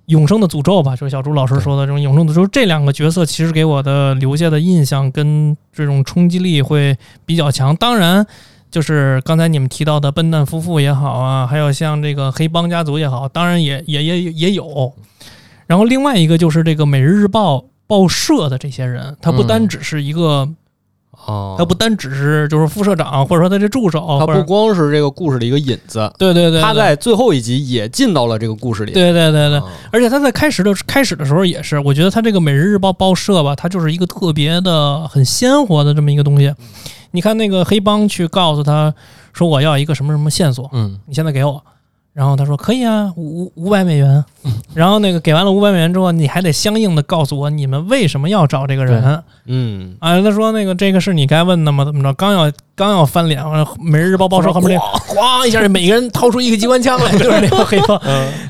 Speaker 2: 永生的诅咒吧，就是小朱老师说的这种永生诅咒。这两个角色其实给我的留下的印象跟这种冲击力会比较强。当然，就是刚才你们提到的笨蛋夫妇也好啊，还有像这个黑帮家族也好，当然也也也也有。然后另外一个就是这个《每日日报》报社的这些人，他不单只是一个，
Speaker 1: 嗯哦
Speaker 2: 他不单只是就是副社长，或者说他这助手，
Speaker 1: 他
Speaker 2: 或
Speaker 1: 不
Speaker 2: 者
Speaker 1: 光是这个故事的一个引子，
Speaker 2: 对对对，
Speaker 1: 他
Speaker 2: 对
Speaker 1: 在最后一集也进到了这个故事里。
Speaker 2: 对对对对，
Speaker 1: 啊
Speaker 2: 而且他在开始的开始的时候也是，我觉得他这个《每日日报》报社吧，它就是一个特别的很鲜活的这么一个东西。你看那个黑帮去告诉他说我要一个什么什么线索，
Speaker 3: 嗯
Speaker 2: 你现在给我。然后他说可以啊，五五百美元。然后那个给完了五百美元之后，你还得相应的告诉我你们为什么要找这个人
Speaker 1: 嗯，
Speaker 2: 啊？他说那个这个是你该问的吗？怎么着？刚要刚要翻脸，完了《每日日报》报社后面那
Speaker 3: 咣一下，每个人掏出一个机 关枪来，
Speaker 2: 就是那个黑帮，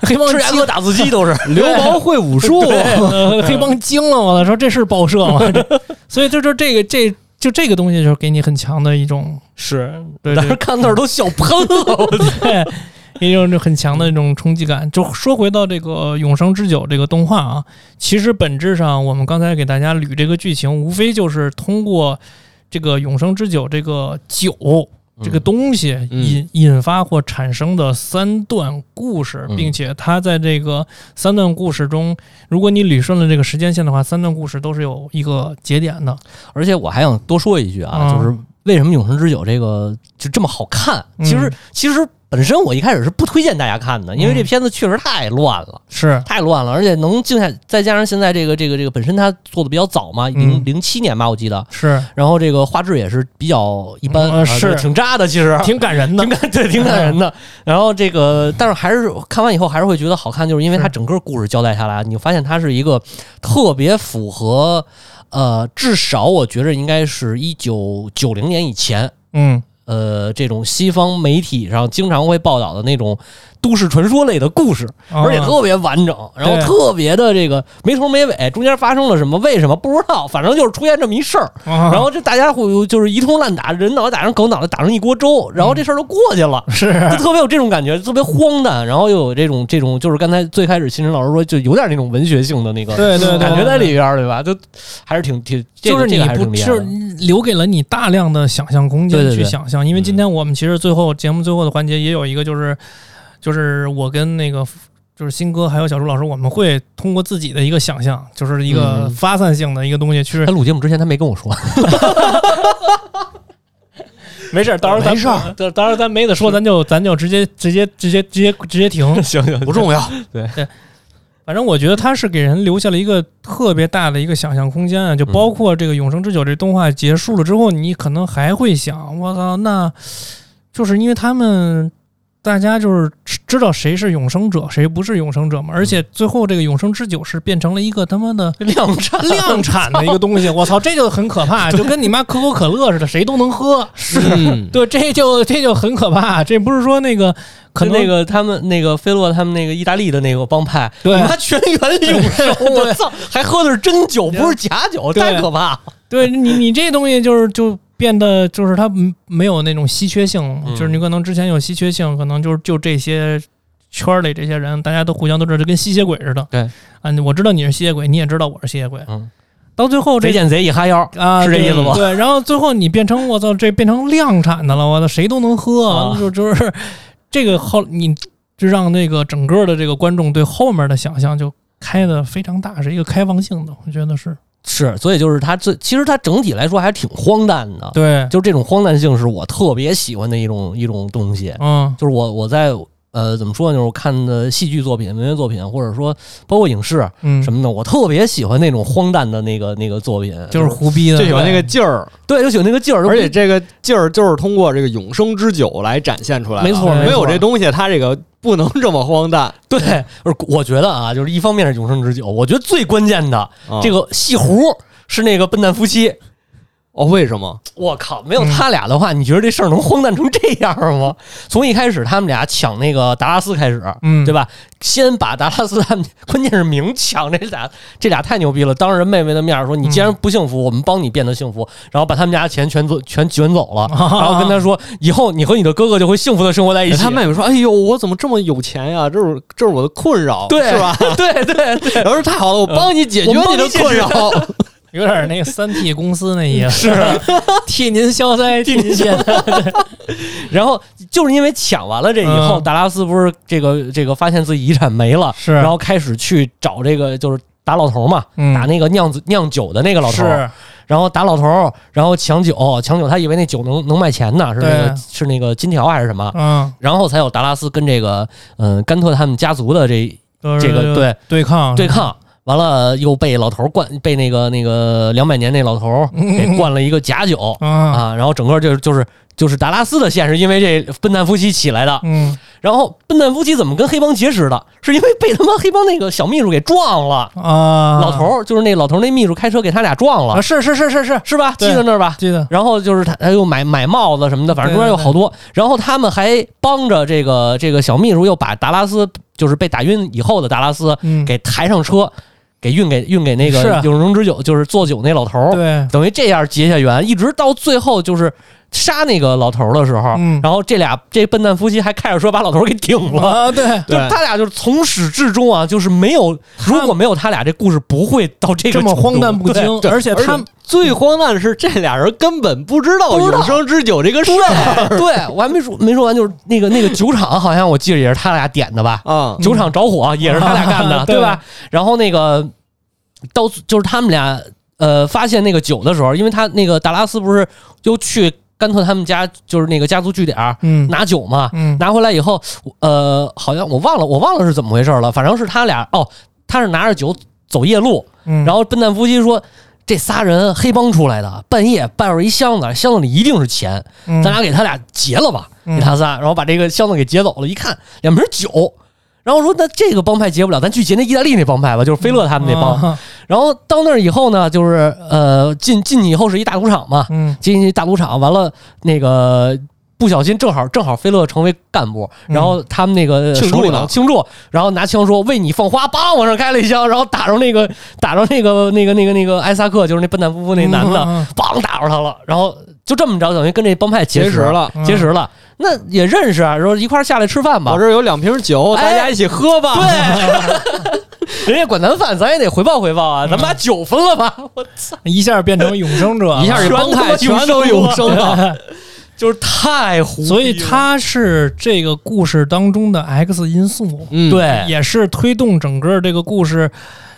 Speaker 2: 黑帮
Speaker 3: 吃牙
Speaker 2: 气
Speaker 3: 哥打字机都 是。
Speaker 1: 刘邦会武术，
Speaker 2: 呃，黑帮惊了我了，说这是报社 吗？这所以就就这个这就这个东西，就是给你很强的一种
Speaker 3: 是，
Speaker 2: 对
Speaker 3: 当
Speaker 2: 对
Speaker 3: 时看那儿都笑喷了。 我操
Speaker 2: 对， 一种很强的那种冲击感。就说回到这个呃《永生之酒》这个动画啊，其实本质上我们刚才给大家捋这个剧情，无非就是通过这个《永生之酒》这个
Speaker 3: 嗯
Speaker 2: 酒。这个东西
Speaker 1: 嗯
Speaker 2: 引引发或产生的三段故事，
Speaker 3: 嗯
Speaker 2: 并且它在这个三段故事中，如果你捋顺了这个时间线的话，三段故事都是有一个节点的。
Speaker 3: 而且我还想多说一句啊，
Speaker 2: 嗯
Speaker 3: 就是为什么《永生之酒》这个就这么好看？其实
Speaker 2: 嗯
Speaker 3: 其实本身我一开始是不推荐大家看的，因
Speaker 2: 嗯
Speaker 3: 为这片子确实太乱了。
Speaker 2: 是，
Speaker 3: 太乱了，而且能静下，再加上现在这个这个这个本身它做的比较早嘛，零
Speaker 2: 嗯
Speaker 3: 零七年吧，我记得，
Speaker 2: 是
Speaker 3: 然后这个画质也是比较一般，
Speaker 2: 嗯呃
Speaker 3: 啊
Speaker 2: 是
Speaker 3: 挺渣的，其实
Speaker 2: 挺感人的
Speaker 3: 挺。感对挺感人的。然后这个，但是还是看完以后还是会觉得好看，就是因为它
Speaker 2: 是
Speaker 3: 整个故事交代下来，你发现它是一个特别符合，呃，至少我觉着应该是一九九零年以前。
Speaker 2: 嗯，
Speaker 3: 呃，这种西方媒体上经常会报道的那种都市传说类的故事，而且
Speaker 2: 啊
Speaker 3: 特别完整，然后
Speaker 2: 对
Speaker 3: 特别的这个没头没尾，中间发生了什么，为什么不知道，反正就是出现这么一事儿，
Speaker 2: 啊
Speaker 3: 然后这大家伙就是一通乱打，人脑袋打成狗脑袋，打成一锅粥，然后这事儿就过去 了，
Speaker 2: 是
Speaker 3: 就特别有这种感觉，特别荒诞，然后又有这种这种，就是刚才最开始新晨老师说，就有点那种文学性的那个
Speaker 2: 对对对
Speaker 3: 感觉在里边儿，对吧？就还是挺挺，这
Speaker 2: 就
Speaker 3: 个
Speaker 2: 是
Speaker 3: 这
Speaker 2: 你
Speaker 3: 个还是
Speaker 2: 不
Speaker 3: 挺厉害
Speaker 2: 就是
Speaker 3: 的。
Speaker 2: 留给了你大量的想象空
Speaker 3: 对
Speaker 2: 间
Speaker 3: 对
Speaker 2: 去
Speaker 3: 对
Speaker 2: 想象，因为今天我们其实最后节目最后的环节也有一个就是就是我跟那个。就是新哥还有小朱老师，我们会通过自己的一个想象，就是一个
Speaker 3: 嗯
Speaker 2: 发散性的一个东西去
Speaker 3: 他。录节目之前，他没跟我 说，
Speaker 2: 没事，到时候咱
Speaker 1: 没事儿
Speaker 2: 到到时候咱没得说，咱就咱就直接直接直接直接直接停。
Speaker 3: 行行，。
Speaker 1: 不重要。
Speaker 2: 反正我觉得他是给人留下了一个特别大的一个想象空间啊，就包括这个《永生之酒》这动画结束了之后，你可能还会想，我操，那就是因为他们大家就是知道谁是永生者，谁不是永生者嘛，而且最后这个《永生之酒》是变成了一个他妈的
Speaker 3: 量产
Speaker 2: 量产的一个东西，我操，这就很可怕，就跟你妈可口可乐似的，谁都能喝。是
Speaker 1: 嗯
Speaker 2: 对，这就这就很可怕。这不是说那个，可
Speaker 3: 可
Speaker 2: 能
Speaker 3: 那个他们那个菲洛他们那个意大利的那个帮派，
Speaker 2: 对
Speaker 3: 他全员永 生，我操，还喝的是真酒，不是假酒，
Speaker 2: 对
Speaker 3: 太可怕了。
Speaker 2: 对你，你这东西就是就变得就是它嗯没有那种稀缺性了，
Speaker 3: 嗯
Speaker 2: 就是你可能之前有稀缺性，可能就是就这些圈儿里这些人，大家都互相都知道，就跟吸血鬼似的。
Speaker 3: 对
Speaker 2: 啊，我知道你是吸血鬼，你也知道我是吸血鬼。
Speaker 3: 嗯，
Speaker 2: 到最后
Speaker 3: 贼
Speaker 2: 这
Speaker 3: 见贼一哈腰，
Speaker 2: 啊，
Speaker 3: 是这
Speaker 2: 对
Speaker 3: 意思不
Speaker 2: 对，然后最后你变成我操，这变成量产的了，我操，谁都能喝，
Speaker 3: 啊
Speaker 2: 就就是这个后你就让那个整个的这个观众对后面的想象就开的非常大，是一个开放性的，我觉得是
Speaker 3: 是，所以就是他这，其实他整体来说还是挺荒诞的，
Speaker 2: 对，
Speaker 3: 就是这种荒诞性是我特别喜欢的一种一种东
Speaker 1: 哦
Speaker 3: 西，
Speaker 2: 嗯
Speaker 3: 就是我我在呃怎么说呢，就是我看的戏剧作品、文学作品，或者说包括影视
Speaker 2: 嗯，
Speaker 3: 什么的，我特别喜欢那种荒诞的那个那个作品，
Speaker 2: 就是胡逼的，
Speaker 1: 就喜欢那个劲儿，
Speaker 3: 对，就喜欢那个劲儿，就
Speaker 1: 而且这个劲儿就是通过这个永生之酒来展现出来的。
Speaker 3: 没错
Speaker 1: 没
Speaker 3: 没
Speaker 1: 有
Speaker 3: 错
Speaker 1: 这东西，它这个不能这么荒诞。
Speaker 3: 对，而我觉得啊，就是一方面是永生之酒，我觉得最关键的、
Speaker 1: 啊
Speaker 3: 这个戏胡是那个笨蛋夫妻，
Speaker 1: 哦，为什么？
Speaker 3: 我靠，没有他俩的话，你觉得这事儿能荒诞成这样
Speaker 1: 嗯
Speaker 3: 吗？从一开始他们俩抢那个达拉斯开始，
Speaker 2: 嗯，
Speaker 3: 对吧？先把达拉斯他们， 关键是明抢这俩，这俩太牛逼了，当着人妹妹的面说，你既然不幸福，我们帮你变得幸福，然后把他们家的钱全走全卷走 了，然后跟他说，以后你和你的哥哥就会幸福的生活在一起。
Speaker 1: 啊他妹妹说：“哎呦，我怎么这么有钱呀？这是这是我的困扰，
Speaker 3: 对
Speaker 1: 是吧？
Speaker 3: 对对对，
Speaker 1: 然后说太好了，我帮你解决
Speaker 3: 我帮
Speaker 1: 的
Speaker 3: 你解决
Speaker 1: 困扰。
Speaker 2: 有点那个三 T 公司那 意思，
Speaker 3: 是
Speaker 2: 替您消灾，替您解难。
Speaker 3: 然后就是因为抢完了这以后，
Speaker 2: 嗯
Speaker 3: 达拉斯不是这个这个发现自己遗产没了，
Speaker 2: 是
Speaker 3: 然后开始去找这个就是打老头嘛，
Speaker 2: 嗯
Speaker 3: 打那个酿子酿酒的那个老头，
Speaker 2: 是
Speaker 3: 然后打老头，然后抢酒，抢酒，他以为那酒能能卖钱呢，是那个
Speaker 2: 对
Speaker 3: 是那个金条还是什么？
Speaker 2: 嗯，
Speaker 3: 然后才有达拉斯跟这个嗯、呃甘特他们家族的这
Speaker 2: 都是
Speaker 3: 这个对
Speaker 2: 对抗
Speaker 3: 对，抗，完了又被老头灌，被那个那个两百年那老 头给灌了一个假酒
Speaker 2: 啊
Speaker 3: 啊，然后整个就是就是就是达拉斯的线是因为这笨蛋夫妻起来的，
Speaker 2: 嗯
Speaker 3: 然后笨蛋夫妻怎么跟黑帮结识的？是因为被他妈黑帮那个小秘书给撞了，
Speaker 2: 啊，
Speaker 3: 老头儿就是那老头儿那秘书开车给他俩撞
Speaker 2: 啊，
Speaker 3: 了，
Speaker 2: 是是是是是，
Speaker 3: 是吧？记
Speaker 2: 对
Speaker 3: 得那儿吧？
Speaker 2: 记得
Speaker 3: 然后就是他他又买买帽子什么的，反正中间有好多。然后他们还帮着这个这个小秘书，又把达拉斯就是被打晕以后的达拉斯
Speaker 2: 嗯，
Speaker 3: 给抬上车，给运给运给那
Speaker 2: 是
Speaker 3: 个
Speaker 2: 啊
Speaker 3: 永生之酒，就是做酒那老头儿。
Speaker 2: 对，
Speaker 3: 等于这样结下缘，一直到最后就是杀那个老头儿的时候，
Speaker 2: 嗯
Speaker 3: 然后这俩这笨蛋夫妻还开着车把老头儿给顶了。
Speaker 2: 啊对，
Speaker 3: 就
Speaker 1: 对
Speaker 3: 他俩就是从始至终啊，就是没有，如果没有他俩，这故事不会到这个
Speaker 2: 这么
Speaker 3: 程度
Speaker 2: 荒诞不
Speaker 3: 对
Speaker 2: 经，
Speaker 1: 对
Speaker 2: 而且
Speaker 1: 而且
Speaker 2: 他们
Speaker 1: 最荒诞的是，这俩人根本不知道
Speaker 3: 不知道
Speaker 1: 永生之酒这个 事儿
Speaker 3: 对，对我还没说没说完，就是那个那个酒厂，好像我记得也是他俩点的吧？
Speaker 2: 嗯
Speaker 1: 啊。
Speaker 3: 酒厂着火也是他俩干 的，
Speaker 2: 啊
Speaker 3: 对吧？然后那个到就是他们俩呃发现那个酒的时候，因为他那个达拉斯不是就去甘特他们家，就是那个家族据点儿
Speaker 2: 嗯
Speaker 3: 拿酒嘛，
Speaker 2: 嗯
Speaker 3: 拿回来以后，呃，好像我忘了我忘了是怎么回事了，反正是他俩哦，他是拿着酒走夜路，
Speaker 2: 嗯，
Speaker 3: 然后笨蛋夫妻说。这仨人黑帮出来的，半夜抱着一箱子，箱子里一定是钱，
Speaker 2: 嗯
Speaker 3: 咱俩给他俩劫了吧，
Speaker 2: 嗯
Speaker 3: 给他仨，然后把这个箱子给劫走了。一看两瓶酒，然后说那这个帮派劫不了，咱去劫那意大利那帮派吧，就是菲勒他们那帮。
Speaker 2: 啊
Speaker 3: 然后到那儿以后呢，就是呃进进去以后是一大赌场嘛，
Speaker 2: 嗯
Speaker 3: 进去大赌场完了那个。不小心，正好正好，菲勒成为干部，
Speaker 2: 嗯
Speaker 3: 然后他们那个呃
Speaker 1: 庆祝呢
Speaker 3: 首领庆祝，然后拿枪说为你放花，梆往上开了一枪，然后打着那个 打着那个那个那个那个艾萨克，就是那笨蛋夫妇那男的，
Speaker 2: 嗯
Speaker 3: 梆打着他了，然后就这么着，等于跟这帮派结
Speaker 1: 结
Speaker 3: 识
Speaker 1: 识了，
Speaker 2: 嗯
Speaker 3: 结识了，那也认识啊，说一块儿下来吃饭吧
Speaker 1: 我这。儿有两瓶酒，
Speaker 3: 哎
Speaker 1: 大家一起喝吧。
Speaker 3: 对， 人家管咱饭，咱也得回报回报
Speaker 1: 嗯
Speaker 3: 啊，咱把酒分了吧。我
Speaker 2: 一下变成永生者了，
Speaker 1: 一下 这帮派
Speaker 3: 全他妈
Speaker 1: 全都永生了。
Speaker 3: 就是太胡逼了，
Speaker 2: 所以它是这个故事当中的 X 因素，
Speaker 1: 嗯，
Speaker 3: 对
Speaker 2: 也是推动整个这个故事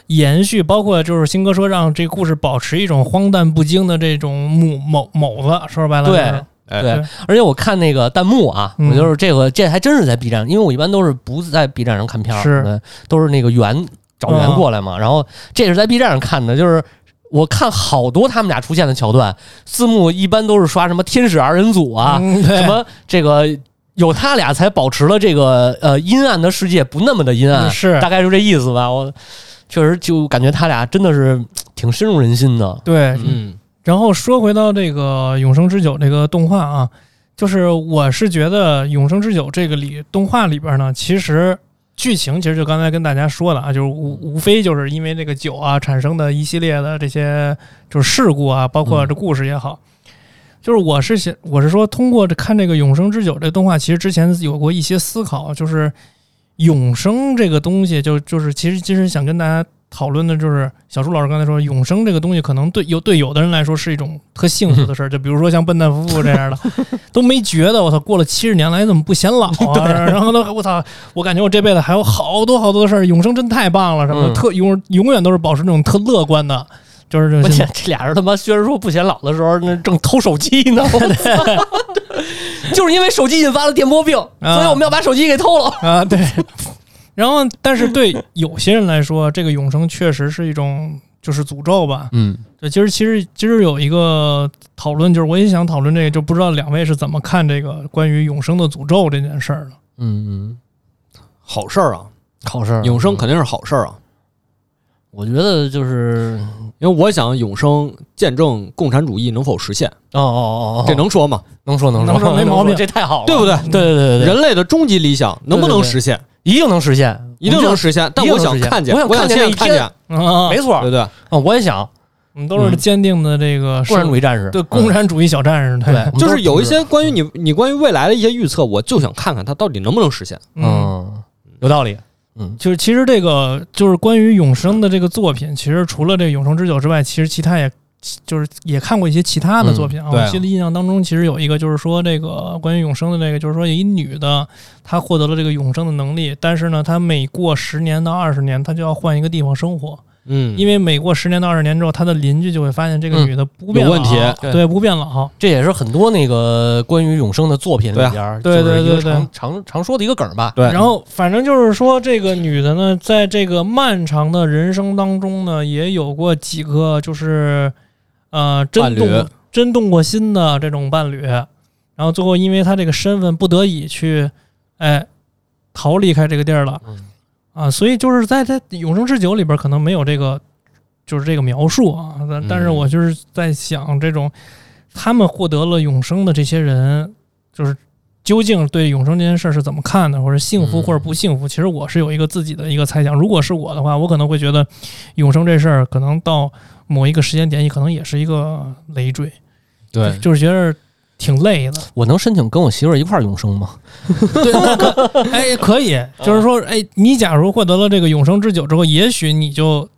Speaker 2: 延续，包括就是新哥说让这故事保持一种荒诞不经的这种某某某子，说白了就
Speaker 3: 对啊
Speaker 2: 是
Speaker 1: 哎
Speaker 3: 对，而且我看那个弹幕啊，
Speaker 2: 嗯
Speaker 3: 我就是这个这还真是在 B 站，因为我一般都是不在 B 站上看片儿，
Speaker 2: 是
Speaker 3: 对，都是那个源找源
Speaker 2: 嗯
Speaker 3: 过来嘛。然后这是在 B 站上看的，就是我看好多他们俩出现的桥段，字幕一般都是刷什么天使二人组啊，
Speaker 2: 嗯对
Speaker 3: 什么这个有他俩才保持了这个呃阴暗的世界不那么的阴暗，
Speaker 2: 嗯是
Speaker 3: 嗯大概就这意思吧。我确实就感觉他俩真的是挺深入人心的。
Speaker 2: 对。
Speaker 1: 嗯，
Speaker 2: 然后说回到这个《永生之酒》这个动画啊，就是我是觉得《永生之酒》这个里动画里边呢，其实。剧情其实就刚才跟大家说了啊，就是无无非就是因为这个酒啊产生的一系列的这些就是事故啊，包括这故事也好，就是我是想我是说通过这看这个《永生之酒》这个动画，其实之前有过一些思考，就是永生这个东西就，就是其实其实想跟大家讨论的就是小朱老师刚才说，永生这个东西可能对有对有的人来说是一种特幸福的事儿，就比如说像笨蛋夫妇这样的， 都没觉得我操，过了七十年来怎么不显老啊？然后都我操，我感觉我这辈子还有好多好多的事儿，永生真太棒了什么的，
Speaker 3: 嗯
Speaker 2: 特永永远都是保持那种特乐观的，就是这
Speaker 3: 关
Speaker 2: 种心
Speaker 3: 键这俩人他妈虽然说不显老的时候，那正偷手机呢，我操就是因为手机引发了电波病，
Speaker 2: 啊
Speaker 3: 所以我们要把手机给偷了。
Speaker 2: 啊，对。然后，但是对有些人来说，这个永生确实是一种就是诅咒吧。
Speaker 3: 嗯，
Speaker 2: 对，其实其实其实有一个讨论，就是我也想讨论这个，就不知道两位是怎么看这个关于永生的诅咒这件事儿的。
Speaker 3: 嗯，
Speaker 1: 好事儿啊，
Speaker 3: 好事儿
Speaker 1: 永生肯定是好事儿啊，
Speaker 3: 嗯我觉得就是，
Speaker 1: 因为我想永生见证共产主义能否实现，
Speaker 3: 哦哦哦哦，
Speaker 1: 这能说吗？
Speaker 3: 能说能说
Speaker 2: 能说没毛病
Speaker 3: 这太好了，
Speaker 1: 对不对？
Speaker 3: 对对对对对，
Speaker 1: 人类的终极理想能不能实现？
Speaker 3: 一定能实现，
Speaker 1: 一定能实现，但
Speaker 3: 一定
Speaker 1: 我
Speaker 3: 能
Speaker 1: 想
Speaker 3: 实现
Speaker 1: 看见，
Speaker 3: 我想
Speaker 1: 我想
Speaker 3: 看见那
Speaker 1: 亲眼
Speaker 3: 一
Speaker 1: 看
Speaker 3: 天
Speaker 1: 见，
Speaker 2: 啊
Speaker 3: 没，嗯错
Speaker 1: 对
Speaker 3: 儿
Speaker 1: 不对？
Speaker 3: 啊，我也想，
Speaker 2: 我们都是坚定的这个
Speaker 3: 共产主
Speaker 2: 义，
Speaker 3: 义战士，嗯
Speaker 2: 对共产主义小战士，
Speaker 3: 对，我们
Speaker 1: 就
Speaker 3: 都
Speaker 1: 是有
Speaker 3: 同
Speaker 1: 一
Speaker 3: 志，
Speaker 1: 些关于你你关于未来的一些预测，我就想看看它到底能不能实现。
Speaker 2: 嗯，
Speaker 3: 嗯，有道理，嗯
Speaker 2: 就是其实这个就是关于永生的这个作品，其实除了这个《永生之酒》之外，其实其他也就是也看过一些其他的作品啊。
Speaker 4: 嗯对啊
Speaker 2: 我记得印象当中，其实有一个就是说这个关于永生的这个，就是说有一女的，她获得了这个永生的能力，但是呢，她每过十年到二十年，她就要换一个地方生活，
Speaker 1: 嗯，
Speaker 2: 因为每过十年到二十年之后，她的邻居就会发现这个女的不变
Speaker 1: 有
Speaker 2: 老，
Speaker 1: 问题
Speaker 3: 对
Speaker 2: 对，不变老。
Speaker 3: 这也是很多那个关于永生的作品里边儿，
Speaker 2: 对啊
Speaker 3: 就是一个
Speaker 2: 对对对
Speaker 3: 常常常说的一个梗儿吧。
Speaker 4: 对，
Speaker 2: 然后反正就是说，这个女的呢，在这个漫长的人生当中呢，也有过几个就是呃真
Speaker 1: 伴侣
Speaker 2: 动真动过心的这种伴侣，然后最后因为她这个身份不得已去哎逃离开这个地儿了
Speaker 3: 嗯
Speaker 2: 啊，所以就是在在《永生之酒》里边可能没有这个就是这个描述啊，但但是
Speaker 3: 嗯
Speaker 2: 我就是在想这种他们获得了永生的这些人，就是究竟对永生这件事儿是怎么看的，或者幸福
Speaker 3: 嗯
Speaker 2: 或者不幸福？其实我是有一个自己的一个猜想。如果是我的话，我可能会觉得永生这事儿，可能到某一个时间点，也可能也是一个累赘，
Speaker 4: 对
Speaker 2: 就就是觉得挺累 的。
Speaker 3: 我能申请跟我媳妇儿一块儿永生吗？
Speaker 2: 哎，可以，就是说，哎，你假如获得了这个永生之酒之后，也许你就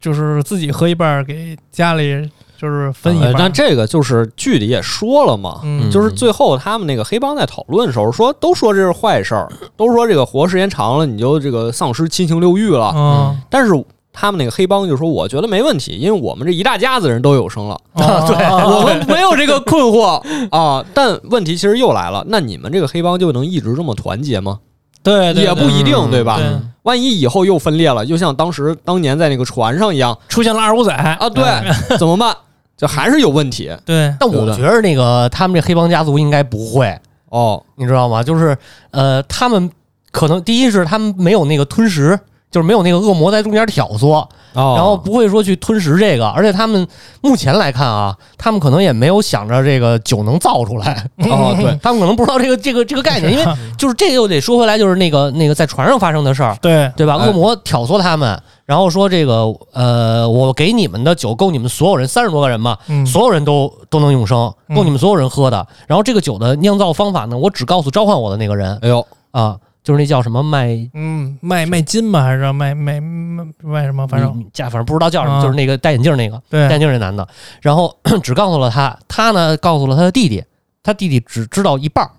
Speaker 2: 就是自己喝一半儿，给家里就是分一
Speaker 1: 呃
Speaker 2: 半
Speaker 1: 但
Speaker 2: 儿。
Speaker 1: 这个就是剧里也说了嘛，
Speaker 2: 嗯，
Speaker 1: 就是最后他们那个黑帮在讨论的时候说，都说这是坏事儿，都说这个活时间长了你就这个丧失七情六欲了。
Speaker 2: 嗯，
Speaker 1: 但是他们那个黑帮就说，我觉得没问题，因为我们这一大家子人都有生了，
Speaker 2: 啊对，
Speaker 1: 我们没有这个困 惑啊。但问题其实又来了，那你们这个黑帮就能一直这么团结吗？
Speaker 2: 对，对
Speaker 1: 也不一定，
Speaker 3: 嗯
Speaker 1: 对吧？
Speaker 2: 对
Speaker 1: 万一以后又分裂了，就像当时当年在那个船上一样
Speaker 2: 出现了二五仔，
Speaker 1: 啊，
Speaker 2: 嗯
Speaker 1: 对，怎么办？这还是有问题
Speaker 2: 对，
Speaker 3: 但我觉得那个他们这黑帮家族应该不会，
Speaker 1: 哦。
Speaker 3: 你知道吗？就是呃，他们可能第一是他们没有那个吞食，就是没有那个恶魔在中间挑唆，
Speaker 1: 哦
Speaker 3: 然后不会说去吞食这个，而且他们目前来看啊，他们可能也没有想着这个酒能造出来，
Speaker 1: 哦，对，
Speaker 3: 他们可能不知道这个这个这个概念，因为就是这个又得说回来，就是那个那个在船上发生的事儿，
Speaker 2: 对，
Speaker 3: 对吧？
Speaker 1: 哎
Speaker 3: 恶魔挑唆他们，然后说这个呃，我给你们的酒够你们所有人三十多个人嘛，
Speaker 2: 嗯，
Speaker 3: 所有人都都能永生，
Speaker 2: 嗯
Speaker 3: 够你们所有人喝的。然后这个酒的酿造方法呢，我只告诉召唤我的那个人
Speaker 1: 哎呦，
Speaker 3: 啊，就是那叫什么麦。
Speaker 2: 嗯，卖卖金吧，还是卖卖卖卖什么？反正
Speaker 3: 嗯价反正不知道叫什么，
Speaker 2: 啊哎
Speaker 3: 就是那个戴眼镜那个戴
Speaker 2: 对
Speaker 3: 眼镜那男的，然后 只告诉了他，他呢告诉了他的弟弟，他弟弟只知道一半儿，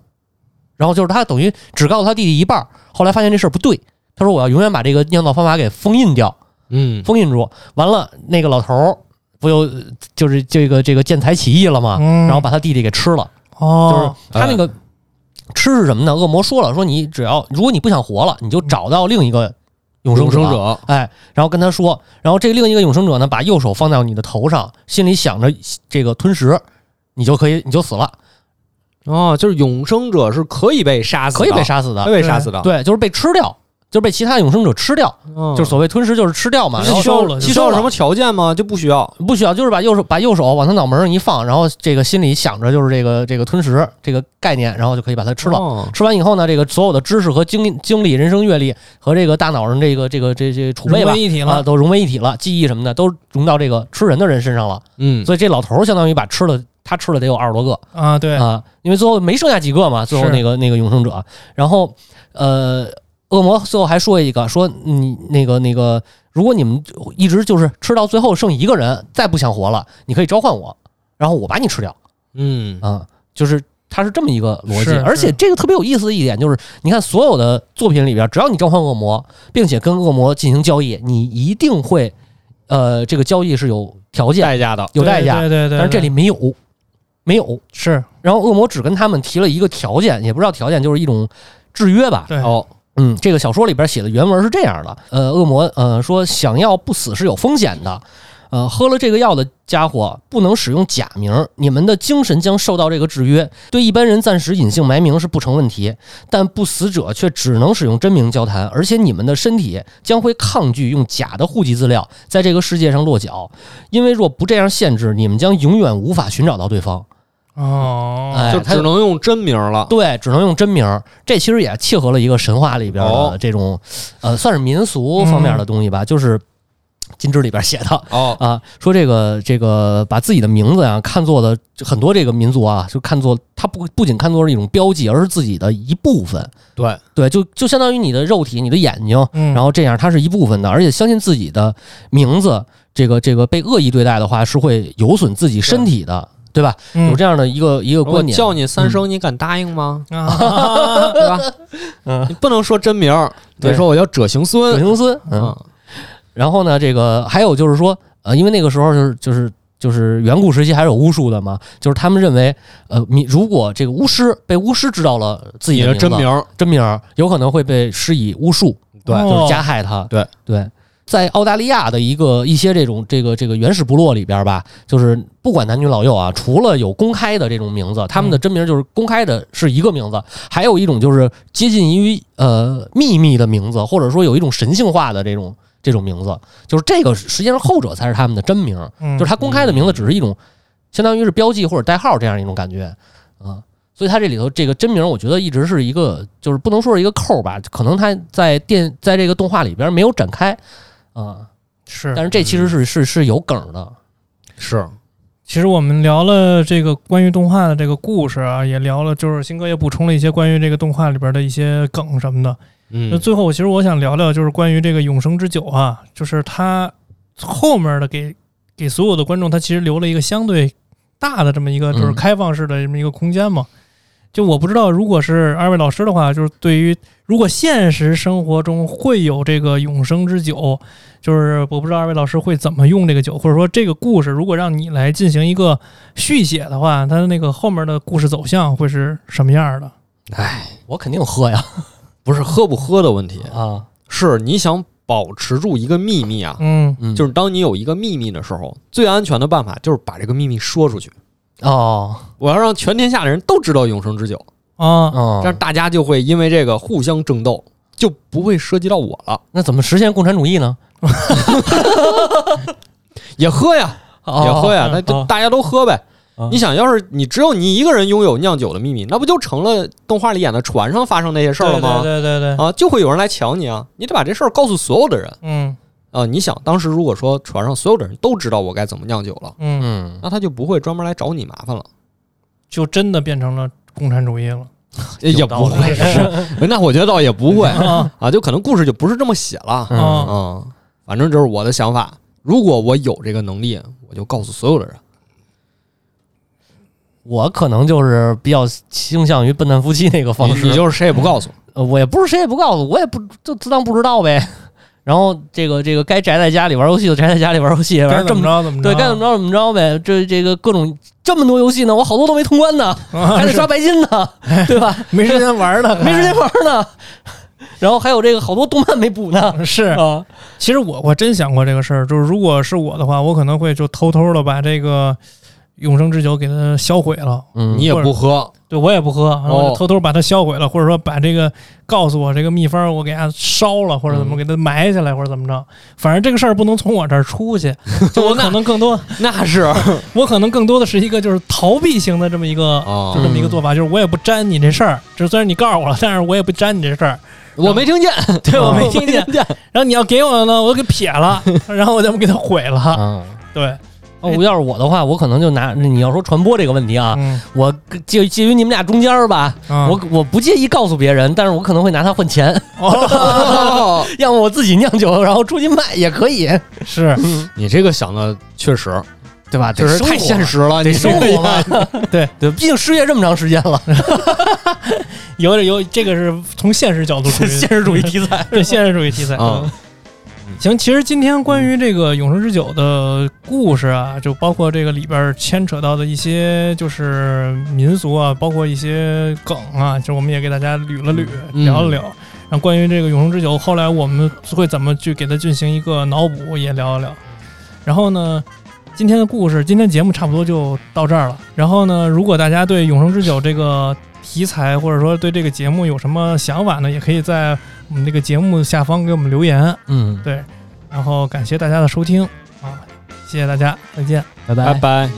Speaker 3: 然后就是他等于只告诉他弟弟一半儿，后来发现这事儿不对，他说我要永远把这个酿造方法给封印掉，
Speaker 1: 嗯，
Speaker 3: 封印住。完了，那个老头儿不就就是这个这个建材起义了吗？
Speaker 2: 嗯
Speaker 3: 啊然后把他弟弟给吃了，
Speaker 1: 嗯
Speaker 3: 就是
Speaker 2: 哦，
Speaker 3: 他那个吃是什么呢？恶魔说了，说你只要如果你不想活了，你就找到另一个永生
Speaker 1: 永生者，
Speaker 3: 哎，然后跟他说，然后这另一个永生者呢，把右手放到你的头上，心里想着这个吞食，你就可以，你就死了，
Speaker 1: 哦，就是永生者是可以被杀死的，
Speaker 3: 可以被，杀死
Speaker 1: 可
Speaker 3: 的，
Speaker 1: 以被杀死的，
Speaker 3: 对，就是被吃掉，就是被其他永生者吃掉，
Speaker 1: 嗯，
Speaker 3: 就是所谓吞食，就是吃掉嘛。
Speaker 2: 不
Speaker 3: 然
Speaker 2: 吸收
Speaker 3: 后
Speaker 2: 了，
Speaker 1: 需要什么条件吗？就不需要。
Speaker 3: 不需要，就是把右手把右手往他脑门上一放，然后这个心里想着就是这个这个吞食这个概念，然后就可以把它吃了。
Speaker 1: 哦
Speaker 3: 吃完以后呢，这个所有的知识和经经历、人生阅历和这个大脑上这个这个这这储备吧
Speaker 2: 一体
Speaker 3: 啊，
Speaker 2: 了，
Speaker 3: 都融为一体了，记忆什么的都融到这个吃人的人身上了。
Speaker 1: 嗯，
Speaker 3: 所以这老头儿相当于把吃了他吃了得有二十多个
Speaker 2: 啊，对，
Speaker 3: 啊，因为最后没剩下几个嘛，最后
Speaker 2: 是
Speaker 3: 那个那个永生者，然后呃，恶魔最后还说一个说你那个那个，如果你们一直就是吃到最后剩一个人，再不想活了，你可以召唤我，然后我把你吃掉
Speaker 1: 嗯，
Speaker 3: 啊，就是。它是这么一个逻辑
Speaker 2: 是，
Speaker 3: 而且
Speaker 2: 是
Speaker 3: 这个特别有意思的一点就是，你看所有的作品里边，只要你召唤恶魔，并且跟恶魔进行交易，你一定会，呃，这个交易是有条件、
Speaker 1: 代价的，
Speaker 3: 有代价，
Speaker 2: 对对对，
Speaker 3: 但是这里没有，没有。
Speaker 2: 是
Speaker 3: 然后恶魔只跟他们提了一个条件，也不知道条件，就是一种制约吧。
Speaker 2: 对，
Speaker 1: 哦，
Speaker 3: 嗯，这个小说里边写的原文是这样的：呃，恶魔呃说想要不死是有风险的，呃，喝了这个药的家伙不能使用假名，你们的精神将受到这个制约。对一般人暂时隐姓埋名是不成问题，但不死者却只能使用真名交谈，而且你们的身体将会抗拒用假的户籍资料在这个世界上落脚，因为若不这样限制，你们将永远无法寻找到对方。
Speaker 2: 哦，
Speaker 3: 哎，
Speaker 1: 就
Speaker 3: 他
Speaker 1: 只能用真名了。
Speaker 3: 对，只能用真名儿。这其实也契合了一个神话里边
Speaker 1: 哦
Speaker 2: 嗯
Speaker 3: 的这种，呃，算是民俗方面的东西吧，就是金枝》里边写的
Speaker 1: 哦，
Speaker 3: 啊，说这个这个把自己的名字啊看作的很多这个民族啊，就看作它不不仅看作是一种标记，而是自己的一部分。
Speaker 1: 对，
Speaker 3: 对，就就相当于你的肉体、你的眼睛，
Speaker 2: 嗯，
Speaker 3: 然后这样它是一部分的，而且相信自己的名字，这个这个被恶意对待的话，是会有损自己身体的，对吧？有
Speaker 2: 嗯
Speaker 3: 这样的一个一个
Speaker 1: 我
Speaker 3: 观点。
Speaker 1: 叫你三声，你敢答应吗？
Speaker 2: 啊，
Speaker 1: 对吧？
Speaker 3: 嗯，
Speaker 1: 你不能说真名儿，
Speaker 3: 对
Speaker 1: 得说我叫者行
Speaker 3: 葛
Speaker 1: 孙。
Speaker 3: 行孙，嗯，
Speaker 1: 嗯
Speaker 3: 然后呢，这个还有就是说，呃，因为那个时候就是就是就是远古时期还是有巫术的嘛，就是他们认为，呃，你如果这个巫师被巫师知道了自己
Speaker 1: 你
Speaker 3: 的名字
Speaker 1: 的真名儿，
Speaker 3: 真名儿，有可能会被施以巫术，
Speaker 1: 对
Speaker 2: 哦
Speaker 3: 就是加害他。
Speaker 1: 对
Speaker 3: 对，在澳大利亚的一个一些这种这个这个原始部落里边吧，就是不管男女老幼啊，除了有公开的这种名字，他们的真名就是公开的是一个名字，还有一种就是接近于呃秘密的名字，或者说有一种神性化的这种这种名字，就是这个实际上后者才是他们的真名，
Speaker 2: 嗯
Speaker 3: 就是他公开的名字只是一种相当于是标记或者代号这样一种感觉啊。所以它这里头这个真名，我觉得一直是一个，就是不能说是一个扣儿吧，可能它在电在这个动画里边没有展开啊、
Speaker 2: 是
Speaker 3: 但是这其实是是是有梗儿的，
Speaker 1: 是
Speaker 2: 其实我们聊了这个关于动画的这个故事啊，也聊了，就是新哥也补充了一些关于这个动画里边的一些梗什么的。那
Speaker 1: 嗯，
Speaker 2: 最后，我其实我想聊聊，就是关于这个《永生之酒》啊，就是它后面的给给所有的观众，它其实留了一个相对大的这么一个就是
Speaker 3: 嗯
Speaker 2: 开放式的这么一个空间嘛。就我不知道，如果是二位老师的话，就是对于如果现实生活中会有这个永生之酒，就是我不知道二位老师会怎么用这个酒，或者说这个故事如果让你来进行一个续写的话，它的那个后面的故事走向会是什么样的？
Speaker 3: 我肯定喝呀
Speaker 1: 不是喝不喝的问题，
Speaker 3: 啊，
Speaker 1: 是你想保持住一个秘密啊。
Speaker 2: 嗯
Speaker 3: 嗯
Speaker 1: 就是当你有一个秘密的时候，最安全的办法就是把这个秘密说出去。
Speaker 3: 哦
Speaker 1: 我要让全天下的人都知道永生之酒，
Speaker 2: 啊，
Speaker 3: 哦
Speaker 1: 这，样大家就会因为这个互相争斗，就不会涉及到我了。
Speaker 3: 那怎么实现共产主义呢？
Speaker 1: 也喝呀，
Speaker 3: 哦
Speaker 1: 也喝呀，
Speaker 2: 哦
Speaker 1: 那就
Speaker 3: 哦
Speaker 1: 大家都喝呗
Speaker 2: 啊
Speaker 3: 哦。
Speaker 1: 你想要是你只有你一个人拥有酿酒的秘密，那不就成了动画里演的船上发生那些事儿了吗？
Speaker 2: 对对对对对，
Speaker 1: 啊，就会有人来抢你啊！你得把这事儿告诉所有的人
Speaker 2: 嗯
Speaker 1: 啊！你想，当时如果说船上所有的人都知道我该怎么酿酒了，
Speaker 2: 嗯，
Speaker 3: 嗯，
Speaker 1: 那他就不会专门来找你麻烦了，
Speaker 2: 就真的变成了共产主义了。
Speaker 1: 也
Speaker 3: 有道
Speaker 1: 不
Speaker 3: 理
Speaker 1: 会是。哎那我觉得倒也不会
Speaker 2: 啊
Speaker 1: 啊，就可能故事就不是这么写了。
Speaker 2: 啊
Speaker 1: 嗯，反正就是我的想法。如果我有这个能力，我就告诉所有的人。
Speaker 3: 我可能就是比较倾向于笨蛋夫妻那个方
Speaker 1: 你
Speaker 3: 式，
Speaker 1: 你就是谁也不告诉，
Speaker 3: 呃，我也不是谁也不告诉，我也不就自当不知道呗。然后这个这个该宅在家里玩游戏就宅在家里玩游戏，反
Speaker 2: 该
Speaker 3: 正这
Speaker 2: 怎么
Speaker 3: 么
Speaker 2: 着怎么着，
Speaker 3: 对该怎么着怎么着呗。这这个各种这么多游戏呢，我好多都没通关 呢，
Speaker 2: 啊
Speaker 3: 还得刷白金呢，对吧？
Speaker 2: 没时间玩呢，
Speaker 3: 没时间玩呢。然后还有这个好多动漫没补呢
Speaker 2: 玩。是，
Speaker 3: 啊，
Speaker 2: 其实我我真想过这个事儿，就是如果是我的话，我可能会就偷偷的把这个永生之酒给它销毁了。
Speaker 3: 嗯
Speaker 1: 你也不喝，
Speaker 2: 对我也不喝，然后我
Speaker 1: 哦
Speaker 2: 就偷偷把它销毁了，或者说把这个告诉我这个秘方我给它烧了，或者
Speaker 1: 嗯
Speaker 2: 怎么给它埋起来，或者怎么着。反正这个事儿不能从我这儿出 去，就我可能更多，
Speaker 1: 那是
Speaker 2: 我可能更多的是一个就是逃避型的这么一个
Speaker 1: 啊
Speaker 2: 就这么一个做法，就是我也不沾你这事儿，就虽然你告诉我了，但是我也不沾你这事儿。
Speaker 1: 我没 听见，
Speaker 2: 对我没
Speaker 1: 听
Speaker 2: 听见。然后你要给我呢，我就给撇了，然后我就给它毁了。
Speaker 3: 啊。
Speaker 2: 对，
Speaker 3: 哦，要是我的话，我可能就拿你要说传播这个问题啊，
Speaker 2: 嗯，
Speaker 3: 我介介于你们俩中间儿吧，
Speaker 2: 啊
Speaker 3: 我我不介意告诉别人，但是我可能会拿它换钱。
Speaker 1: 哦
Speaker 3: 要么我自己酿酒，然后出去卖也可以，
Speaker 2: 是
Speaker 3: 嗯
Speaker 1: 你这个想的确实
Speaker 3: 对吧？
Speaker 1: 确实太现
Speaker 3: 实，
Speaker 1: 实了，你
Speaker 3: 得生活嘛。
Speaker 2: 对
Speaker 3: 对，毕竟失业这么长时间了，
Speaker 2: 有点有这个是从现实角度出
Speaker 3: 这
Speaker 2: 于
Speaker 3: 现实主义题材。
Speaker 2: 对现实主义题材
Speaker 1: 啊。
Speaker 2: 行，其实今天关于这个《永生之酒》的故事啊，就包括这个里边儿牵扯到的一些就是民俗啊，包括一些梗啊，就我们也给大家捋了捋，
Speaker 1: 嗯
Speaker 2: 聊了聊。然后关于这个《永生之酒》，后来我们会怎么去给它进行一个脑补，也聊一聊。然后呢，今天的故事，今天节目差不多就到这儿了。然后呢，如果大家对《永生之酒》这个题材，或者说对这个节目有什么想法呢，也可以在我们这个节目下方给我们留言。
Speaker 3: 嗯，
Speaker 2: 对，然后感谢大家的收听啊，谢谢大家，再见。
Speaker 3: 拜
Speaker 1: 拜拜。